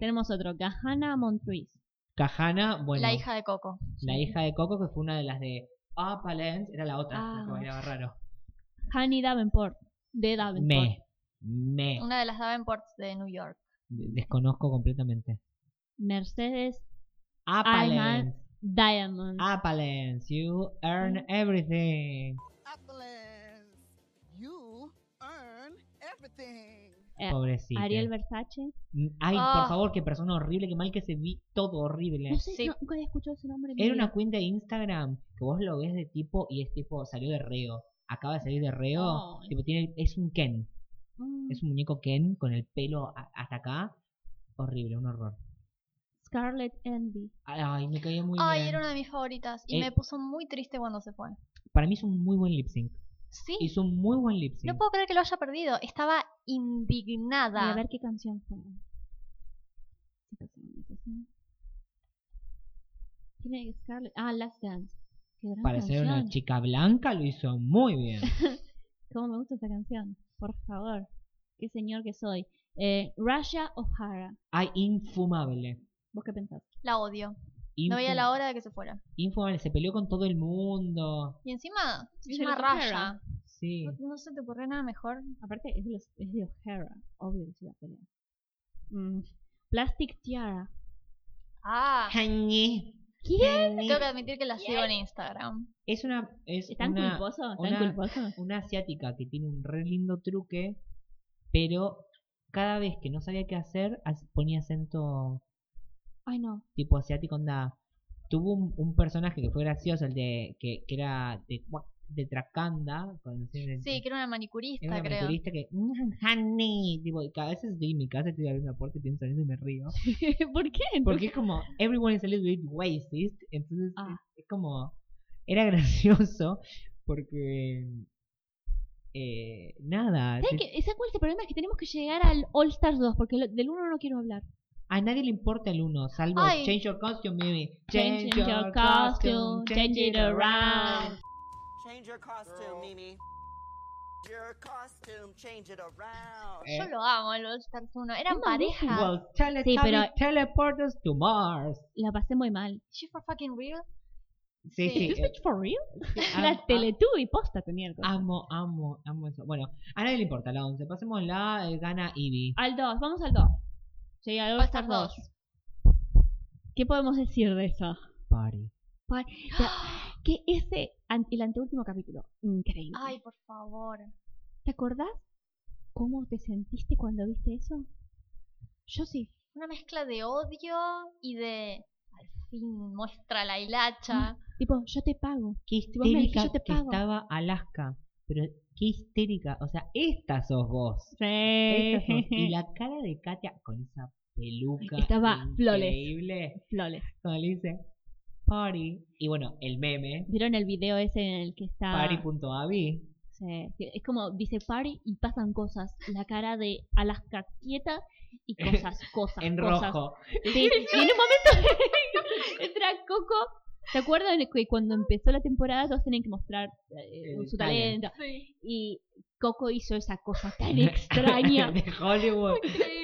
Speaker 3: Tenemos otro, Gahana Montruiz.
Speaker 2: Cajana, bueno,
Speaker 4: la hija de Coco.
Speaker 2: la hija de Coco, que fue una de las de Apalens, era la otra, la que
Speaker 3: Ah.
Speaker 2: bailaba raro.
Speaker 3: Hani Davenport, de Davenport.
Speaker 2: Me, me,
Speaker 4: Una de las Davenports de New York.
Speaker 2: desconozco completamente.
Speaker 3: Mercedes
Speaker 2: Apalens,
Speaker 3: Diamond.
Speaker 2: Apalens, you
Speaker 9: Mm.
Speaker 2: earn everything.
Speaker 9: Apples, you earn everything.
Speaker 3: Eh,
Speaker 2: Pobrecita. Mm,
Speaker 3: Ariel Versace.
Speaker 2: Ay,
Speaker 4: Ah.
Speaker 2: por favor, qué persona horrible, qué mal que se vi todo horrible.
Speaker 3: No sé,
Speaker 4: Sí.
Speaker 3: no, nunca había escuchado ese nombre. en mi
Speaker 2: Era
Speaker 3: vida.
Speaker 2: una cuenta de Instagram que vos lo ves de tipo y es tipo, salió de reo. Acaba de salir de reo.
Speaker 4: Oh.
Speaker 3: Ay.
Speaker 2: Tipo, tiene, es un Ken.
Speaker 3: Mm,
Speaker 2: Es un muñeco Ken con el pelo a- hasta acá. Horrible, un horror.
Speaker 3: Scarlett Envy.
Speaker 2: Ay, me caía muy
Speaker 4: Ay,
Speaker 2: bien.
Speaker 4: era una de mis favoritas. Y
Speaker 2: Eh.
Speaker 4: me puso muy triste cuando se fue.
Speaker 2: Para mí es un muy buen lip sync.
Speaker 4: Sí.
Speaker 2: Hizo un muy buen lip sync.
Speaker 4: No puedo creer que lo haya perdido. Estaba
Speaker 3: Y a
Speaker 4: indignada.
Speaker 3: ver qué canción fue. Situación, situación. ¿Quién es Scarlett? Ah, Last Dance. Qué gran
Speaker 2: Para ser una
Speaker 3: canción.
Speaker 2: chica blanca lo hizo muy bien.
Speaker 3: Cómo me gusta esta canción. Por favor. Qué señor que soy. Eh, Rasha O'Hara.
Speaker 2: Ay, infumable.
Speaker 3: ¿Vos qué pensás?
Speaker 4: La odio. No veía
Speaker 2: Infum-
Speaker 4: la hora de que se fuera.
Speaker 2: Infumable, se peleó con todo el mundo.
Speaker 4: Y encima se
Speaker 3: Sí,
Speaker 4: llama
Speaker 3: se lo compara.
Speaker 4: Raya.
Speaker 2: Sí.
Speaker 4: No, no se te ocurre nada mejor.
Speaker 3: Aparte, es de, los- es de O'Hara. Obvio que se va a pelear. Mm, Plastic Tiara.
Speaker 4: Ah.
Speaker 2: Jañe.
Speaker 3: ¿Quién?
Speaker 4: Tengo que admitir que la sigo en Instagram.
Speaker 2: Es una. Es
Speaker 3: ¿Están
Speaker 2: una-
Speaker 3: culposos?
Speaker 2: una-
Speaker 3: ¿Están culposos?
Speaker 2: una asiática que tiene un re lindo truque, pero cada vez que no sabía qué hacer, as- ponía acento
Speaker 3: Ay, no.
Speaker 2: tipo asiático, onda. Tuvo un, un personaje que fue gracioso, el de que, que era de, Gua- de Tracanda, con-
Speaker 4: Sí, que era una manicurista,
Speaker 2: era una
Speaker 4: creo.
Speaker 2: manicurista que, "Mm, honey, tipo, y cada vez estoy en mi casa, estoy abriendo la puerta y pienso en eso y me río.
Speaker 3: ¿Por qué?
Speaker 2: Porque es como, everyone is a little bit racist, entonces
Speaker 3: Ah.
Speaker 2: es, es como, era gracioso porque, eh, nada, te-
Speaker 3: ¿Sabes qué? ¿Sabes cuál es el problema? Es que tenemos que llegar al All Stars 2, porque lo- del 1 no quiero hablar.
Speaker 2: A nadie le importa el uno, salvo
Speaker 4: Ay.
Speaker 2: Change Your Costume, baby.
Speaker 3: Change your costume, change it around.
Speaker 11: Change your costume, Mimi. Your costume, change it around.
Speaker 4: Yo lo amo, el All Stars 1. Eran
Speaker 3: Una
Speaker 4: pareja.
Speaker 2: Well, tele
Speaker 3: Sí, pero-
Speaker 2: teleport us to Mars.
Speaker 3: La pasé muy mal.
Speaker 4: She for fucking real.
Speaker 2: Sí,
Speaker 4: Sí.
Speaker 2: sí.
Speaker 3: ¿This bitch for real?
Speaker 2: eh, am-
Speaker 3: La Teletubby posta este tenía el coso.
Speaker 2: Amo, amo, amo eso. Bueno, a nadie le importa la 11. Pasemos la eh, gana Ivy.
Speaker 3: Al 2, vamos al 2. Sí, al
Speaker 4: All
Speaker 3: All
Speaker 4: Stars
Speaker 3: Stars
Speaker 4: 2.
Speaker 3: 2. ¿Qué podemos decir de eso?
Speaker 2: Party.
Speaker 3: Pa- ya, que ese, an- el anteúltimo capítulo, increíble.
Speaker 4: Ay, por favor.
Speaker 3: ¿Te acordás cómo te sentiste cuando viste eso? Yo sí.
Speaker 4: Una mezcla de odio y de. Al fin, muestra la hilacha.
Speaker 3: ¿Mm? Tipo, yo te pago.
Speaker 2: Qué
Speaker 3: vos me dijiste,
Speaker 2: histérica
Speaker 3: yo te
Speaker 2: que
Speaker 3: pago.
Speaker 2: estaba Alaska. Pero qué histérica. O sea, esta sos vos.
Speaker 3: Sí.
Speaker 2: Esta sos- Y la cara de Katia con esa peluca.
Speaker 3: Estaba flawless.
Speaker 2: increíble.
Speaker 3: Flores.
Speaker 2: Cuando le dice party. Y bueno, el meme.
Speaker 3: ¿Vieron el video ese en el que
Speaker 2: Ah.
Speaker 3: está...
Speaker 2: Party.avi.
Speaker 3: Sí, que es como dice party y pasan cosas. La cara de Alaska quieta y cosas, cosas,
Speaker 2: En
Speaker 3: cosas.
Speaker 2: rojo.
Speaker 3: Sí, y en un momento entra Coco. ¿Te acuerdas que cuando empezó la temporada todos tenían que mostrar eh,
Speaker 2: El
Speaker 3: su
Speaker 2: talento.
Speaker 3: talento? Y Coco hizo esa cosa tan extraña.
Speaker 2: de Hollywood.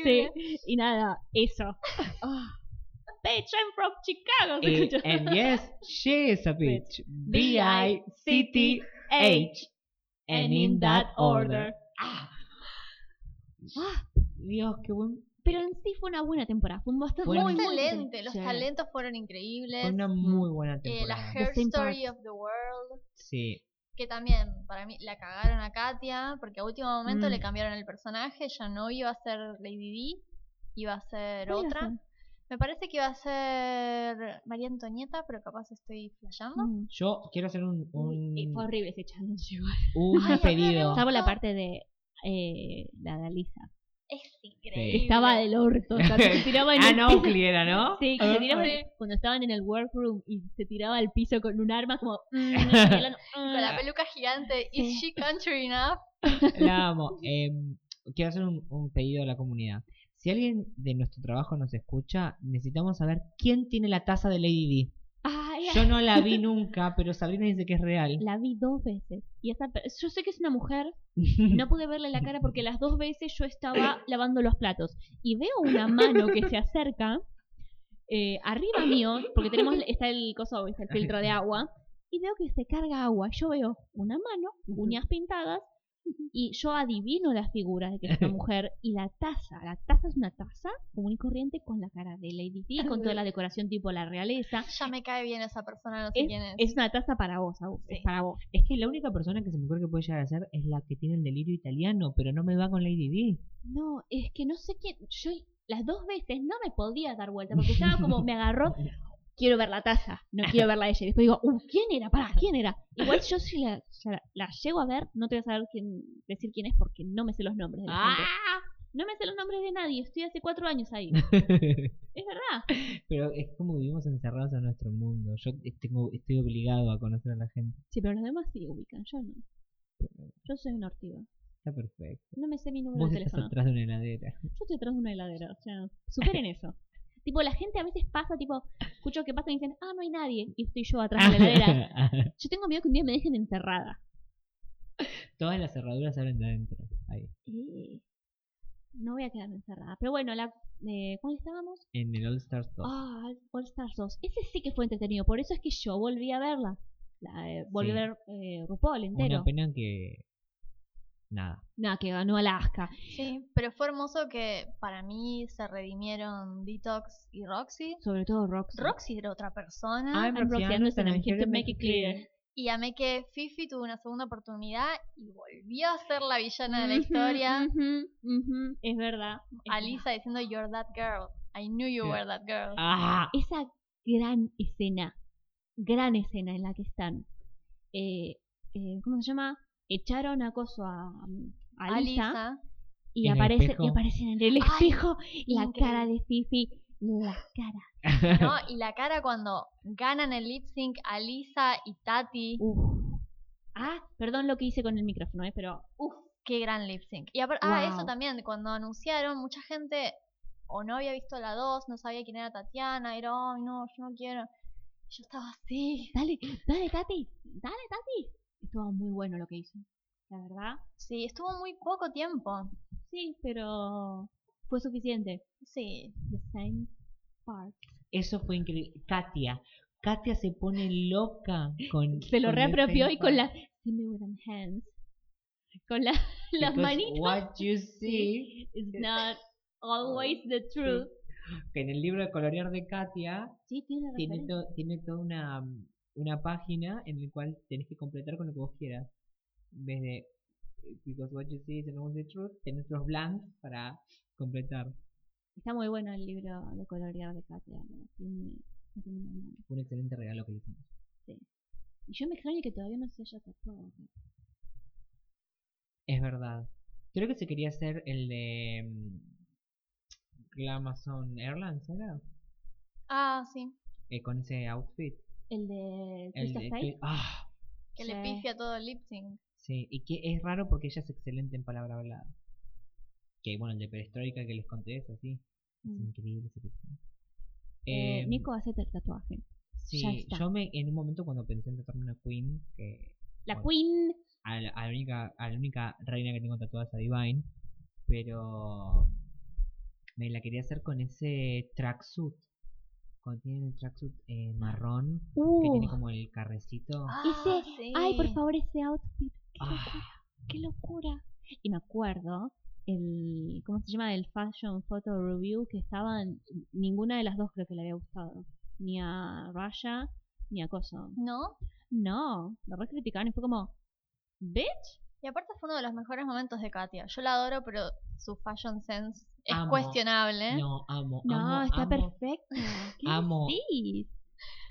Speaker 3: Sí, y nada, eso. Ah. Bitch, I'm from Chicago. se
Speaker 2: Eh,
Speaker 3: escuchó.
Speaker 2: and yes, she is a bitch. B-I-C-T-H.
Speaker 3: Ah,
Speaker 2: And in that order. Ah. Dios, qué buen.
Speaker 3: Pero en sí fue una buena temporada, fue un bastante
Speaker 2: Fue
Speaker 3: muy,
Speaker 4: Muy
Speaker 3: muy
Speaker 4: excelente, los
Speaker 3: Sí.
Speaker 4: talentos fueron increíbles.
Speaker 2: Fue
Speaker 3: Mm.
Speaker 2: una muy buena
Speaker 4: Eh, la
Speaker 2: temporada.
Speaker 4: Her
Speaker 3: The Same
Speaker 4: Story
Speaker 3: Parts.
Speaker 4: of the World,
Speaker 2: Sí.
Speaker 4: que también para mí la cagaron a Katia, porque a último momento
Speaker 3: Mm.
Speaker 4: le cambiaron el personaje, ya no iba a ser Lady D, iba a ser
Speaker 3: ¿Cuál iba a
Speaker 4: otra.
Speaker 3: ser?
Speaker 4: Me parece que iba a ser María Antonieta, pero capaz estoy flasheando.
Speaker 3: Mm.
Speaker 2: Yo quiero hacer un,
Speaker 3: Uy,
Speaker 2: un,
Speaker 3: fue horrible ese challenge igual.
Speaker 2: un
Speaker 4: Ay, a ver,
Speaker 2: pedido.
Speaker 4: vamos.
Speaker 3: Salvo la parte de eh, la de Alisa.
Speaker 4: Es increíble.
Speaker 3: Estaba del orto. o sea, que se tiraba en
Speaker 2: Ah,
Speaker 3: el
Speaker 2: no,
Speaker 3: piso.
Speaker 2: Cliera, ¿no?
Speaker 3: Sí, que se tiraba en-
Speaker 4: Sí.
Speaker 3: cuando estaban en el workroom y se tiraba al piso con un arma como... mm, señalando, mm.
Speaker 4: Con la peluca gigante, ¿Is she country enough?
Speaker 2: La amo. Em, quiero hacer un, un pedido a la comunidad. Si alguien de nuestro trabajo nos escucha, necesitamos saber quién tiene la taza de Lady
Speaker 3: Ay,
Speaker 2: D.
Speaker 3: ay,
Speaker 2: Yo no la vi nunca, pero Sabrina dice que es real.
Speaker 3: La vi dos veces. Y esa per- yo sé que es una mujer, no pude verle la cara porque las dos veces yo estaba lavando los platos. Y veo una mano que se acerca, eh, arriba mío, porque tenemos está el coso, está el filtro de agua, y veo que se carga agua. Yo veo una mano, uñas pintadas, y yo adivino las figuras de que es una mujer, y la taza, la taza es una taza común y corriente con la cara de Lady Di, con toda la decoración tipo la realeza.
Speaker 4: Ya me cae bien esa persona, no sé quién es.
Speaker 3: Es una taza para vos, Agus, es
Speaker 4: Sí.
Speaker 3: para vos.
Speaker 2: Es que la única persona que se me ocurre que puede llegar a ser es la que tiene el delirio italiano, pero no me va con Lady D.
Speaker 3: No, es que no sé quién. Yo las dos veces no me podía dar vuelta porque estaba como, me agarró, quiero ver la taza, no quiero verla a ella. Y después digo, uh, ¿quién era? Pará, ¿quién era? Igual yo si la, ya la- la llego a ver, no te voy a saber quién, decir quién es porque no me sé los nombres de la gente. No me sé los nombres de nadie, estoy hace cuatro años ahí. Es verdad.
Speaker 2: pero es como vivimos encerrados en nuestro mundo. Yo eh, tengo, estoy obligado a conocer a la gente.
Speaker 3: Sí, pero los demás sí ubican, yo no. Yo soy una ortiva.
Speaker 2: Está perfecto.
Speaker 3: No me sé mi número
Speaker 2: Vos
Speaker 3: de
Speaker 2: estás
Speaker 3: teléfono.
Speaker 2: atrás de una heladera.
Speaker 3: Yo estoy atrás de una heladera, o sea, superen eso. Tipo, la gente a veces pasa, tipo, escucho que pasan y dicen, ah, no hay nadie, y estoy yo atrás
Speaker 2: Ah.
Speaker 3: de la heladera. Yo tengo miedo que un día me dejen encerrada.
Speaker 2: Todas las cerraduras se abren de adentro. Ahí.
Speaker 3: Eh, no voy a quedarme encerrada. Pero bueno, la, eh, ¿cuál estábamos?
Speaker 2: En el All Stars 2.
Speaker 3: Ah, All Stars 2. Ese sí que fue entretenido, por eso es que yo volví a verla. La, eh, volví
Speaker 2: Sí.
Speaker 3: a ver eh, RuPaul entero.
Speaker 2: Una pena que. Nada.
Speaker 3: Nada, que ganó Alaska.
Speaker 4: Sí, pero fue hermoso que para mí se redimieron Detox y Roxy.
Speaker 3: Sobre todo Roxy.
Speaker 4: Roxy era otra persona.
Speaker 2: I'm
Speaker 3: I'm
Speaker 2: Roxy
Speaker 3: Roxy
Speaker 2: Anderson,
Speaker 3: Anderson, I'm
Speaker 2: I'm
Speaker 3: here
Speaker 2: here
Speaker 3: to
Speaker 2: to
Speaker 3: make
Speaker 2: make
Speaker 3: it
Speaker 2: it clear.
Speaker 3: clear.
Speaker 4: Y amé que Fifi tuvo una segunda oportunidad y volvió a ser la villana de la
Speaker 3: Ujú,
Speaker 4: historia.
Speaker 3: ujú, ujú, Es verdad. Es verdad.
Speaker 4: Alisa diciendo, You're that girl. I knew you
Speaker 2: Sí.
Speaker 4: were that girl.
Speaker 2: ¡Ah!
Speaker 3: esa gran escena, gran escena en la que están, eh, eh, ¿cómo se llama? Echaron acoso a, a Lisa
Speaker 4: Alisa.
Speaker 3: y
Speaker 2: En el
Speaker 3: aparecen,
Speaker 2: espejo.
Speaker 3: y aparecen en el
Speaker 4: Ay,
Speaker 3: espejo la
Speaker 4: increíble.
Speaker 3: cara de Fifi, la cara.
Speaker 4: ¿no? Y la cara cuando ganan el lip sync Alisa y Tati.
Speaker 3: Uf. Ah, perdón lo que hice con el micrófono, eh, pero
Speaker 4: Uf, qué gran lip sync. Y apar- ah,
Speaker 3: Wow.
Speaker 4: eso también, cuando anunciaron, mucha gente o no había visto la 2, no sabía quién era Tatiana, era, ay, no, yo no quiero. Y Yo estaba así.
Speaker 3: dale, dale Tati, dale Tati. Estuvo muy bueno lo que hizo, la verdad.
Speaker 4: Sí, estuvo muy poco tiempo.
Speaker 3: Sí, pero fue suficiente.
Speaker 4: Sí.
Speaker 3: The same part.
Speaker 2: Eso fue increíble. Katia. Katia se pone loca con.
Speaker 3: se lo
Speaker 2: con
Speaker 3: reapropió
Speaker 2: ese-
Speaker 3: y con las hands con la- las
Speaker 2: Because
Speaker 3: manitas
Speaker 2: What you see.
Speaker 3: Sí, it's not always the truth
Speaker 2: Que en el libro de colorear de Katia
Speaker 3: sí tiene
Speaker 2: tiene,
Speaker 3: referencia
Speaker 2: to- tiene toda una, mm, una página en la cual tenés que completar con lo que vos quieras. En vez de. eh, Because what you see is not the truth. Tenés los blanks para completar.
Speaker 3: está muy bueno el libro de colorear de Katia ¿no? Tiene- no tiene nada malo.
Speaker 2: Un excelente regalo que le hicimos.
Speaker 3: y yo me extraño que todavía no se haya tatuado
Speaker 2: Es verdad. Creo que se quería hacer el de mm, Glamazon Airlines, ¿era?
Speaker 4: Ah, sí.
Speaker 2: Eh, con ese outfit.
Speaker 3: el de
Speaker 2: El
Speaker 3: Crystal
Speaker 2: de
Speaker 3: Fate
Speaker 2: Cri- ah,
Speaker 4: Que
Speaker 3: Sí.
Speaker 4: le pifia todo el lip sync.
Speaker 2: sí. Y que es raro porque ella es excelente en palabra hablada. Que bueno, el de Perestroika que les conté es así. Es
Speaker 3: Mm.
Speaker 2: increíble ese tipo.
Speaker 3: Eh,
Speaker 2: Em,
Speaker 3: Nico hace el tatuaje
Speaker 2: sí,
Speaker 3: ya está.
Speaker 2: yo me, en un momento cuando pensé en tratarme una queen, que
Speaker 3: la
Speaker 2: Bueno.
Speaker 3: Queen
Speaker 2: a la, a la única, a la única reina que tengo tatuada es a Divine, pero me la quería hacer con ese tracksuit. Cuando tienen el tracksuit eh, marrón, que tiene
Speaker 3: uh,
Speaker 2: como el carrecito.
Speaker 3: ese
Speaker 4: Ah, sí.
Speaker 3: ay por favor ese outfit qué,
Speaker 2: Ah.
Speaker 3: locura, qué locura y me acuerdo el ¿cómo se llama? del Fashion Photo Review que estaban ninguna de las dos creo que le había gustado, ni a Raya ni a Coso.
Speaker 4: ¿No?
Speaker 3: No, la re criticaron y fue como bitch.
Speaker 4: Y aparte fue uno de los mejores momentos de Katia. Yo la adoro, pero su fashion sense es
Speaker 2: Amo.
Speaker 4: cuestionable.
Speaker 2: No, amo,
Speaker 3: No,
Speaker 2: amo,
Speaker 3: está
Speaker 2: amo.
Speaker 3: perfecto. ¿Qué
Speaker 2: Amo.
Speaker 3: decís?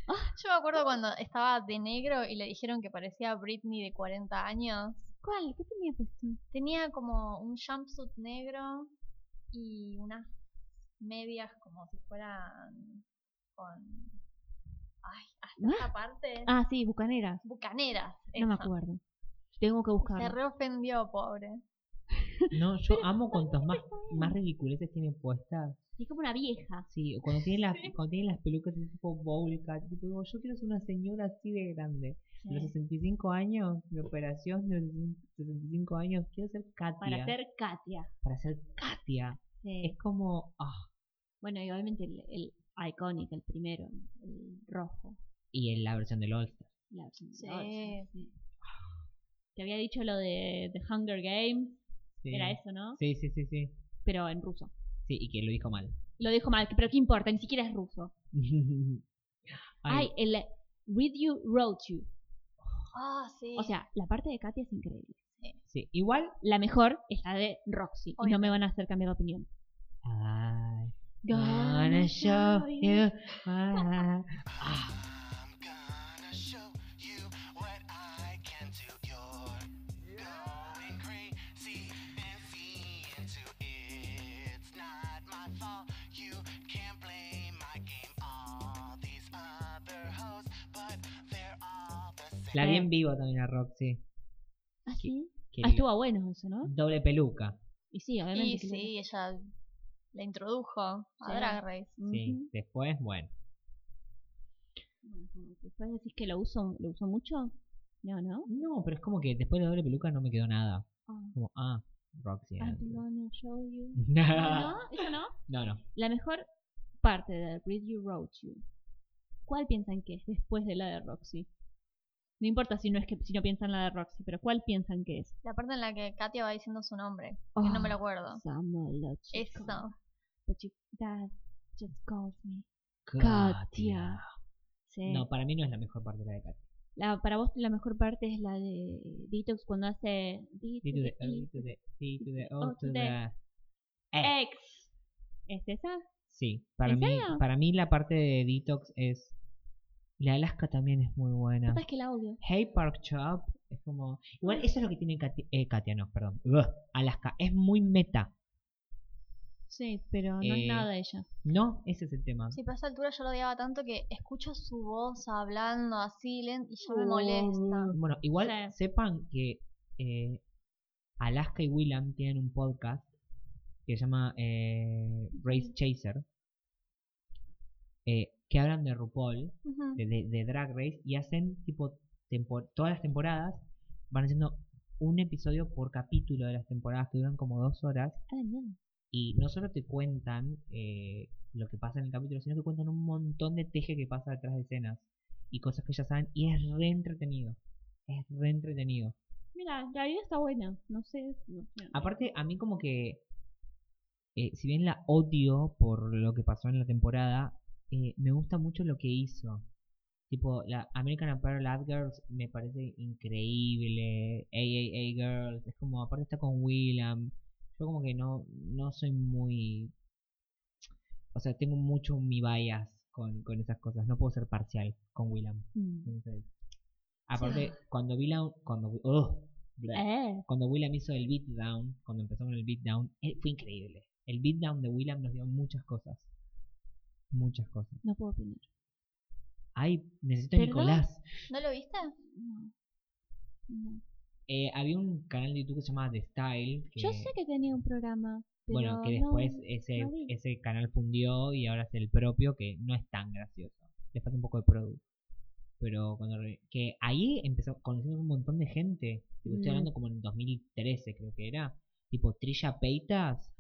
Speaker 4: Yo me acuerdo cuando estaba de negro y le dijeron que parecía Britney de 40 años.
Speaker 3: ¿Cuál? ¿Qué tenía puesto?
Speaker 4: Tenía como un jumpsuit negro y unas medias como si fueran con... Ay, hasta
Speaker 3: ¿Ah?
Speaker 4: esta parte.
Speaker 3: Ah, sí, Bucaneras.
Speaker 4: Bucaneras.
Speaker 3: No me
Speaker 4: eso.
Speaker 3: acuerdo. Tengo que
Speaker 4: Se
Speaker 3: buscarlo.
Speaker 4: reofendió, pobre.
Speaker 2: No, yo amo cuantos más, más ridiculeces tienen puestas.
Speaker 3: Y Es como una vieja.
Speaker 2: Sí, o cuando tienen las, cuando tienen las pelucas de tipo bowl cut, tipo, digo, yo quiero ser una señora así de grande. A los 65 años, mi operación de los 65 años, quiero ser Katia.
Speaker 3: Para ser Katia.
Speaker 2: para ser Katia.
Speaker 3: Sí.
Speaker 2: Es como, ah,
Speaker 3: Bueno, y obviamente el, el iconic, el primero, el rojo.
Speaker 2: y en la versión del All Star.
Speaker 3: La versión
Speaker 4: Sí.
Speaker 3: rosa, sí. Te había dicho lo de The Hunger Games,
Speaker 2: Sí.
Speaker 3: era eso, ¿no?
Speaker 2: Sí, sí, sí, sí.
Speaker 3: Pero en ruso.
Speaker 2: Sí, y que lo dijo mal.
Speaker 3: Lo dijo mal, pero ¿qué importa? Ni siquiera es ruso. Ay,
Speaker 2: Ay,
Speaker 3: el Read You, Wrote You.
Speaker 4: Ah, sí.
Speaker 3: O sea, la parte de Katia es increíble.
Speaker 2: sí, igual.
Speaker 3: La mejor es la de Roxy. Y no
Speaker 4: Obvio.
Speaker 3: me van a hacer cambiar de opinión.
Speaker 2: I wanna show you. why. La vi
Speaker 3: Eh.
Speaker 2: en vivo también a Roxy.
Speaker 3: Así.
Speaker 2: que
Speaker 3: Ah, estuvo bueno eso, ¿no?
Speaker 2: Doble peluca.
Speaker 3: Y sí, obviamente.
Speaker 4: y
Speaker 3: que-
Speaker 4: sí, ella la introdujo a
Speaker 3: Sí.
Speaker 4: Drag Race.
Speaker 3: Ujú.
Speaker 2: Sí, después, bueno.
Speaker 3: Bueno, como que Después decís que lo uso, lo uso mucho. No, no.
Speaker 2: No, pero es como que después de doble peluca no me quedó nada.
Speaker 3: Ah.
Speaker 2: Como, ah, Roxy.
Speaker 3: I
Speaker 2: era.
Speaker 3: don't wanna show you.
Speaker 2: no,
Speaker 3: No, eso no.
Speaker 2: no.
Speaker 3: La mejor parte de Read You Wrote You. ¿Cuál piensan que es después de la de Roxy? No importa si no es que si no piensan la de Roxy, pero ¿cuál piensan que es?
Speaker 4: La parte en la que Katia va diciendo su nombre, que no me lo acuerdo.
Speaker 3: Samolo, Ah, chico.
Speaker 4: Eso.
Speaker 3: But you- that just calls me.
Speaker 2: Katia.
Speaker 3: Sí.
Speaker 2: No, para mí no es la mejor parte de la de Katia.
Speaker 3: La- para vos la mejor parte es la de Detox cuando hace Detox,
Speaker 2: D to the O to
Speaker 3: Detox,
Speaker 2: the C to the
Speaker 3: O
Speaker 2: O
Speaker 3: to
Speaker 2: to
Speaker 3: the-
Speaker 2: the E.
Speaker 3: Ex. ¿Es esa?
Speaker 2: Ah. Sí, para
Speaker 3: ¿En
Speaker 2: mí,
Speaker 3: serio?
Speaker 2: para mí la parte de detox es. La de Alaska también es muy buena.
Speaker 3: Puta, es que la odio.
Speaker 2: Hey Park Chop es como. Igual eso es lo que tiene Katia, eh, Katia no, perdón. Ugh, Alaska es muy meta.
Speaker 3: Sí, pero no
Speaker 2: Eh,
Speaker 3: es nada de ella.
Speaker 2: No, ese es el tema.
Speaker 4: Sí, pero a esa altura yo lo odiaba tanto que escucho su voz hablando así lento y ya me molesta.
Speaker 2: Pues Bueno, igual
Speaker 3: Sí.
Speaker 2: sepan que eh, Alaska y Willam tienen un podcast que se llama eh, Race Chaser, eh, que hablan de RuPaul,
Speaker 3: Oh.
Speaker 4: Ujú.
Speaker 2: de, de- de Drag Race, y hacen tipo tempo- todas las temporadas, van haciendo un episodio por capítulo de las temporadas que duran como dos horas,
Speaker 3: A la mierda.
Speaker 2: y no solo te cuentan eh, lo que pasa en el capítulo, sino que cuentan un montón de teje que pasa detrás de escenas y cosas que ya saben, y es re entretenido. Es re entretenido.
Speaker 3: Mira, la idea está buena. No sé. no sé.
Speaker 2: Aparte, a mí como que, eh, si bien la odio por lo que pasó en la temporada, eh, me gusta mucho lo que hizo. Tipo, la American Apparel Ad Girls me parece increíble. AAA Girls, es como, aparte está con Willam. Yo como que no, no soy muy... O sea, tengo mucho mi bias con, con esas cosas. No puedo ser parcial con Willam.
Speaker 3: Mm.
Speaker 2: Entonces, aparte, cuando Willam... Cuando, ¡oh! ugh, bla
Speaker 3: Eh,
Speaker 2: cuando Willam hizo el beatdown, cuando empezó con el beatdown, eh, fue increíble. El beatdown de Willam nos dio muchas cosas. Muchas cosas.
Speaker 3: no puedo opinar.
Speaker 2: Ay, necesito a
Speaker 3: ¿Perdón?
Speaker 2: Nicolás.
Speaker 4: ¿No lo viste?
Speaker 3: No. No.
Speaker 2: Eh, había un canal de YouTube que se llamaba The Style. Que,
Speaker 3: Yo sé que tenía un programa. Pero
Speaker 2: bueno, que
Speaker 3: no-
Speaker 2: después ese,
Speaker 3: no vi.
Speaker 2: ese canal fundió y ahora es el propio, que no es tan gracioso. Le falta un poco de producto. Pero cuando. re- que ahí empezó, conocimos un montón de gente. Tipo, Estoy
Speaker 3: Mm.
Speaker 2: hablando como en 2013, creo que era. Tipo, Trisha Peitas.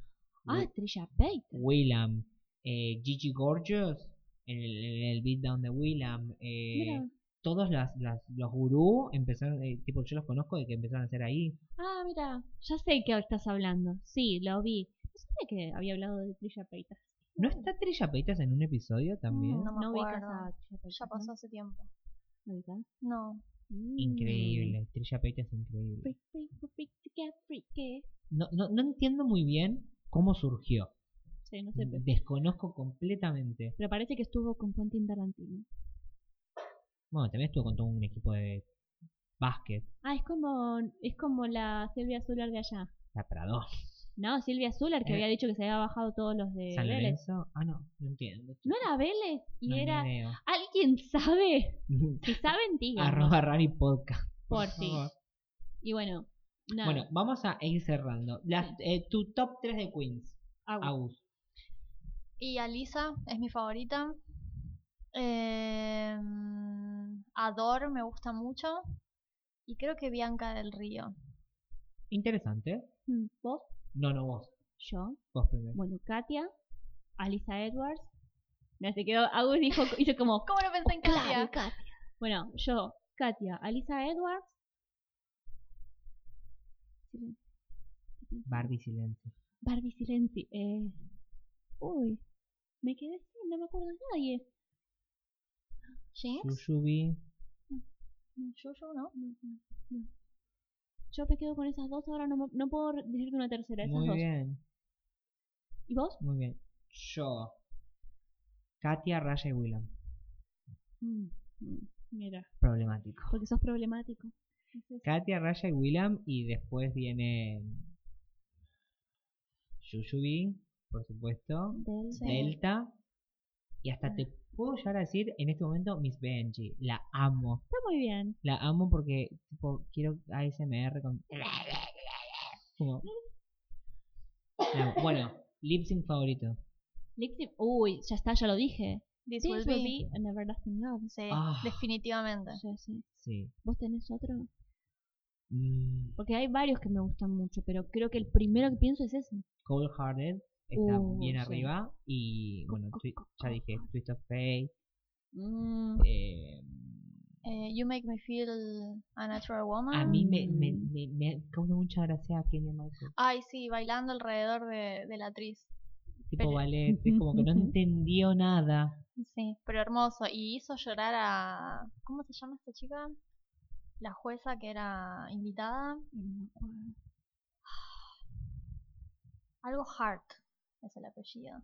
Speaker 3: Ah, Trisha Paytas.
Speaker 2: Willam, eh, Gigi Gorgeous, en el, en el beatdown de Willam, eh,
Speaker 3: Mira.
Speaker 2: todos las, las- los gurús empezaron, eh, tipo yo los conozco de que empezaron a hacer ahí.
Speaker 3: Ah, mira, ya sé que estás hablando. Sí, lo vi. No sabía que había hablado de Trisha Paytas.
Speaker 2: ¿No está Trilla Peitas en un episodio también?
Speaker 4: No me
Speaker 3: No ubicas
Speaker 4: acuerdo.
Speaker 3: a Trisha Paytas.
Speaker 4: Ya pasó hace tiempo.
Speaker 3: ¿No ubicas?
Speaker 4: No.
Speaker 3: Mm.
Speaker 2: Increíble, Trilla Peitas es increíble.
Speaker 3: Freak, freak, freak, freak, freak, freak.
Speaker 2: No, no, no entiendo muy bien cómo surgió.
Speaker 3: Sí, pues. no sé, pero,
Speaker 2: Desconozco completamente.
Speaker 3: pero parece que estuvo con Quentin Tarantino.
Speaker 2: Bueno, también estuvo con todo un equipo de básquet,
Speaker 3: Ah, es como, es como la Silvia Zuller de allá.
Speaker 2: la Prado,
Speaker 3: No, Silvia Zuller, que
Speaker 2: Eh.
Speaker 3: había dicho que se había bajado todos los de
Speaker 2: San
Speaker 3: Vélez.
Speaker 2: Lorenzo. Ah, no, no entiendo.
Speaker 3: ¿No era Vélez? Y
Speaker 2: No, ni
Speaker 3: era...
Speaker 2: idea.
Speaker 3: ¿Alguien sabe? Si saben, digan.
Speaker 2: Arroba Rari Podcast.
Speaker 3: Por
Speaker 2: favor.
Speaker 3: fin. Y bueno, nada.
Speaker 2: Bueno, vamos a ir cerrando. Las- eh, tu top 3 de Queens.
Speaker 3: Agus.
Speaker 2: Agus.
Speaker 4: Y Alisa es mi favorita. Eh, Ador me gusta mucho. Y creo que Bianca del Río.
Speaker 2: Interesante.
Speaker 3: Mm, ¿Vos?
Speaker 2: No, no, vos.
Speaker 3: Yo.
Speaker 2: Vos primero.
Speaker 3: Bueno, Katia. Alisa Edwards. Me se quedó. Agus dijo, hizo como.
Speaker 4: ¿Cómo no pensé en Katia?
Speaker 3: Claro, Katia. Bueno, yo, Katia, Alisa Edwards. Silen-
Speaker 2: Bardi Silencio.
Speaker 3: Barbie Silenzi. Eh, uy, me quedé sin, no me acuerdo de nadie.
Speaker 4: Jinx,
Speaker 2: Yuyubi.
Speaker 4: Yuyu, ¿no?
Speaker 3: Yo me quedo con esas dos, ahora no, me- no puedo decirte una tercera, esas
Speaker 2: Muy
Speaker 3: dos.
Speaker 2: bien.
Speaker 3: ¿Y vos?
Speaker 2: Muy bien. Yo. Katia, Raya y Willam.
Speaker 3: Mm, mm, Mira,
Speaker 2: Problemático.
Speaker 3: porque sos problemático. Entonces,
Speaker 2: Katia, Raya y Willam. Y después viene. Yuyubi, por supuesto.
Speaker 3: del-
Speaker 2: Delta. Y hasta te puedo llegar a decir en este momento Miss Benji. La amo.
Speaker 3: Está muy bien.
Speaker 2: La amo porque tipo, quiero ASMR con. Como- La amo. Bueno, lip sync favorito.
Speaker 3: Lipsy- Uy, ya está, ya lo dije.
Speaker 4: This
Speaker 3: This
Speaker 4: will
Speaker 3: will
Speaker 4: be.
Speaker 3: be an everlasting love.
Speaker 4: Sí,
Speaker 2: Ah.
Speaker 4: definitivamente.
Speaker 3: Sí, sí.
Speaker 2: Sí.
Speaker 3: ¿Vos tenés otro?
Speaker 2: Mm,
Speaker 3: Porque hay varios que me gustan mucho, pero creo que el primero que pienso es ese.
Speaker 2: Cold Hearted está
Speaker 3: Uh,
Speaker 2: bien
Speaker 3: sí.
Speaker 2: arriba. Y bueno,
Speaker 3: co,
Speaker 2: twi-
Speaker 3: co,
Speaker 2: ya
Speaker 3: co.
Speaker 2: dije Twist of Fate.
Speaker 4: Mm,
Speaker 2: eh,
Speaker 4: eh, you make me feel a natural woman.
Speaker 2: a mí
Speaker 3: Ah.
Speaker 2: me, me, me, me causa mucha gracia Kenya Michael.
Speaker 4: Ay, sí, bailando alrededor de, de la actriz.
Speaker 2: Tipo
Speaker 4: pero-
Speaker 2: ballet, es como que no entendió nada.
Speaker 4: Sí, pero hermoso. Y hizo llorar a. ¿Cómo se llama esta chica? La jueza que era invitada. Algo Hart es el apellido.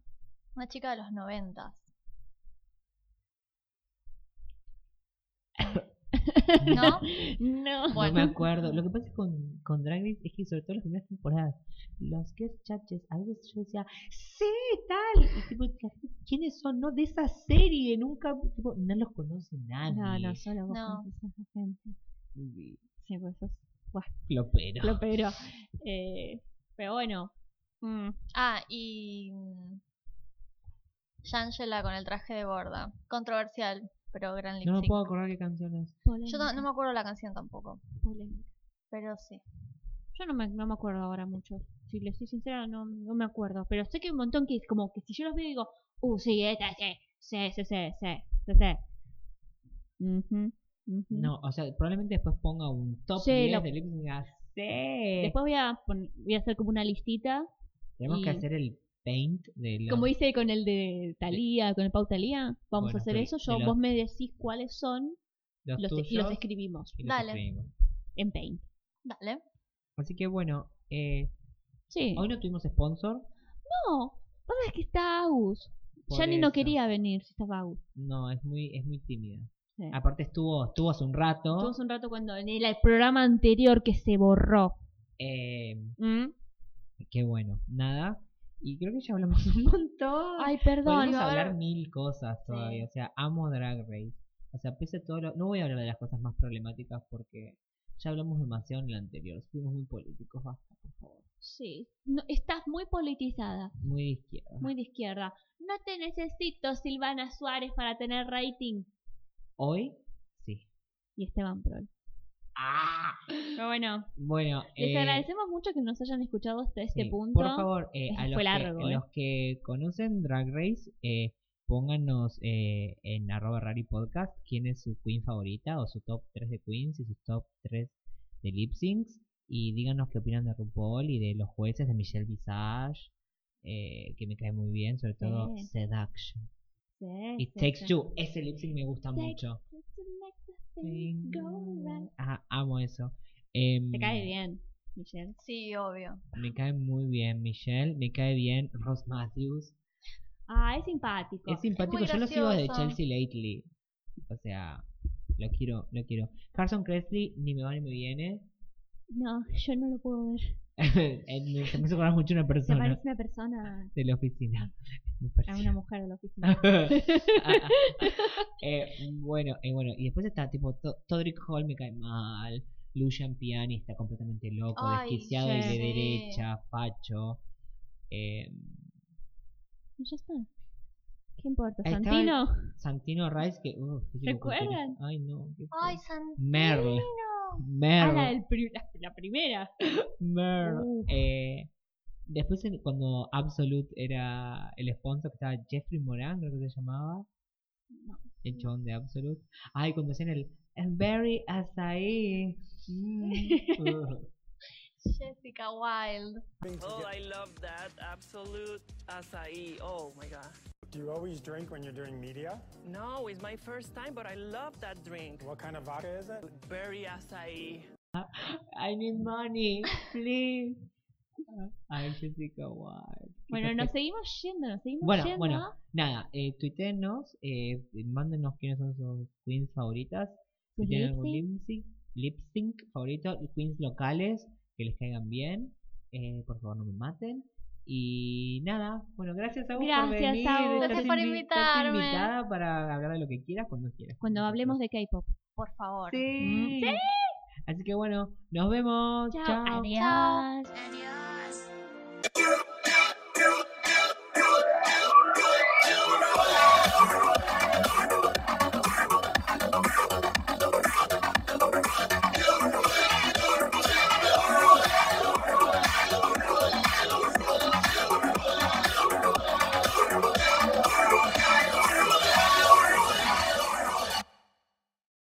Speaker 4: Una chica de los noventas. ¿No?
Speaker 3: No.
Speaker 2: No me acuerdo. Lo que pasa es con, con Drag Race es que sobre todo las primeras temporadas, los guest judges, a veces yo decía, sí, tal. Y tipo, la gente, ¿quiénes son? No, de esa serie, nunca, tipo, no los conoce nadie.
Speaker 3: No, no, solo vos
Speaker 4: No.
Speaker 3: conocés a esa gente.
Speaker 2: Y
Speaker 3: Sí, pues sos
Speaker 2: Flopero.
Speaker 3: lo pero. Eh, pero bueno. mm,
Speaker 4: Ah, y. mm, Shangela con el traje de borda. Controversial, pero gran lip
Speaker 2: No me
Speaker 4: sync.
Speaker 2: puedo acordar qué canciones.
Speaker 4: Yo
Speaker 3: polémica,
Speaker 4: no, no me acuerdo la canción tampoco,
Speaker 3: polémica.
Speaker 4: pero sí.
Speaker 3: Yo no me, no me acuerdo ahora mucho. Si les soy sincera, no, no me acuerdo. Pero sé que hay un montón que es como que si yo los veo digo, uh, sí, esta, sí, sí, sí, sí, sí, sí, sí. Ujú, ujú.
Speaker 2: No, o sea, probablemente después ponga un top
Speaker 3: Mm. Sí,
Speaker 2: 10
Speaker 3: lo-
Speaker 2: de lip sync y diga, "Sí".
Speaker 3: Después voy a, pon- voy a hacer como una listita,
Speaker 2: Tenemos que
Speaker 3: y-
Speaker 2: hacer el paint de los...
Speaker 3: como hice con el de Talía, con el Pau Talía. Vamos
Speaker 2: Bueno,
Speaker 3: a hacer
Speaker 2: pero
Speaker 3: eso.
Speaker 2: de
Speaker 3: Yo,
Speaker 2: los-
Speaker 3: vos me decís cuáles son
Speaker 2: los
Speaker 3: los-
Speaker 2: tuyos
Speaker 3: y los escribimos
Speaker 2: y los
Speaker 4: Dale.
Speaker 2: escribimos.
Speaker 3: en Paint.
Speaker 4: Dale.
Speaker 2: Así que bueno, eh,
Speaker 3: Sí.
Speaker 2: hoy no tuvimos sponsor.
Speaker 3: No, pasa es que está Agus.
Speaker 2: Por
Speaker 3: Ya ni no
Speaker 2: eso.
Speaker 3: quería venir si estaba Agus.
Speaker 2: No, es muy, es muy tímida.
Speaker 3: Sí.
Speaker 2: Aparte estuvo, estuvo hace un rato.
Speaker 3: Estuvimos un rato cuando en el programa anterior que se borró.
Speaker 2: eh,
Speaker 3: ¿Mm?
Speaker 2: qué bueno, nada. Y creo que ya hablamos un montón.
Speaker 4: Ah,
Speaker 3: Ay, perdón.
Speaker 2: Podemos
Speaker 3: a ver.
Speaker 2: hablar mil cosas todavía. O sea, amo Drag Race. O sea, pese a todo lo... No voy a hablar de las cosas más problemáticas porque ya hablamos demasiado en la anterior. Fuimos muy políticos, basta, por favor.
Speaker 3: Sí, no, estás muy politizada,
Speaker 2: Muy de izquierda.
Speaker 3: muy de izquierda. No te necesito, Silvana Suárez, para tener rating.
Speaker 2: Hoy, sí.
Speaker 3: Y Esteban Prol.
Speaker 2: ¡Ah!
Speaker 3: Pero bueno,
Speaker 2: Bueno,
Speaker 3: les
Speaker 2: eh,
Speaker 3: agradecemos mucho que nos hayan escuchado hasta este
Speaker 2: Sí,
Speaker 3: punto.
Speaker 2: Por favor, eh, a
Speaker 3: Fue
Speaker 2: los, que,
Speaker 3: largo, ¿eh?
Speaker 2: los que conocen Drag Race, eh, Pónganos eh, en arroba rari podcast quién es su queen favorita o su top 3 de queens y su top 3 de lip syncs. Y díganos qué opinan de RuPaul y de los jueces de Michelle Visage, eh, que me cae muy bien, sobre todo
Speaker 3: Sí.
Speaker 2: Seduction.
Speaker 3: Sí,
Speaker 2: It
Speaker 3: sí,
Speaker 2: Takes
Speaker 3: sí.
Speaker 2: Two, ese lip sync me gusta
Speaker 3: Takes
Speaker 2: mucho.
Speaker 3: To make the thing go right.
Speaker 2: Ajá, amo eso. Em,
Speaker 3: Te cae bien, Michelle.
Speaker 4: Sí, obvio.
Speaker 2: Me cae muy bien Michelle, me cae bien Ross Matthews.
Speaker 3: Ah, es simpático.
Speaker 2: Es simpático,
Speaker 3: muy
Speaker 2: yo lo sigo de
Speaker 3: gracioso.
Speaker 2: Chelsea Lately. O sea, lo quiero, lo quiero. Carson Kressley ni me va ni me viene.
Speaker 3: No, yo no lo puedo ver.
Speaker 2: Él Eh, me- Se me hizo acordar mucho una
Speaker 3: Se
Speaker 2: persona
Speaker 3: parece una persona
Speaker 2: de la oficina. Me
Speaker 3: a
Speaker 2: pareció.
Speaker 3: una mujer de la
Speaker 2: Ah.
Speaker 3: oficina.
Speaker 2: Eh, bueno, eh, bueno, y después está tipo To- Todrick Hall me cae mal, Lucian Piani está completamente loco,
Speaker 4: Ay,
Speaker 2: desquiciado y de
Speaker 4: sí.
Speaker 2: derecha, facho. Eh,
Speaker 3: Y ya está. ¿Qué importa?
Speaker 2: estaba
Speaker 3: Santino.
Speaker 2: el- Santino Rice que uf, qué
Speaker 3: ¿Se
Speaker 2: tipo de cultura.
Speaker 3: acuerdan?
Speaker 2: Ay no, qué
Speaker 4: Ay,
Speaker 2: feo.
Speaker 4: Santino.
Speaker 2: Merle.
Speaker 3: Ah,
Speaker 2: Merle.
Speaker 3: la, del pri- la, la primera. Uh,
Speaker 2: Mer.
Speaker 3: Uf.
Speaker 2: Eh, después, en- cuando Absolute era el sponsor, que estaba Jeffrey Moran, creo que se llamaba. El chabón de Absolute. Ay, cuando hacían el Berry Azaí. Mm.
Speaker 4: Jessica Wilde.
Speaker 12: Oh, I love that. Absolute acai. Oh my god.
Speaker 13: Do you always drink when you're doing media?
Speaker 12: No, it's my first time, but I love that drink.
Speaker 13: What kind of vodka is it?
Speaker 12: Berry acai.
Speaker 2: I need money, please. Ay, Jessica Wilde.
Speaker 3: Bueno,
Speaker 2: Qué
Speaker 3: nos
Speaker 2: perfecta.
Speaker 3: seguimos yendo, nos seguimos
Speaker 2: Bueno,
Speaker 3: yendo.
Speaker 2: bueno, nada, eh, tuiteennos, eh, mándenos quiénes son sus queens favoritas, si
Speaker 3: Sus
Speaker 2: tienen
Speaker 3: lip
Speaker 2: algún lip sync, lip sync favorito, y queens locales que les caigan bien, eh, por favor no me maten. Y nada, bueno, gracias a vos por
Speaker 3: Gracias,
Speaker 2: venir.
Speaker 3: Saúl.
Speaker 2: estás
Speaker 3: Gracias por
Speaker 2: invi- estás
Speaker 4: invitarme.
Speaker 2: invitada para hablar de lo que quieras cuando quieras.
Speaker 3: Cuando hablemos de K-pop.
Speaker 4: Por favor.
Speaker 2: Sí. Así que bueno, nos vemos.
Speaker 3: Chao.
Speaker 2: Chao.
Speaker 3: Adiós.
Speaker 10: Adiós.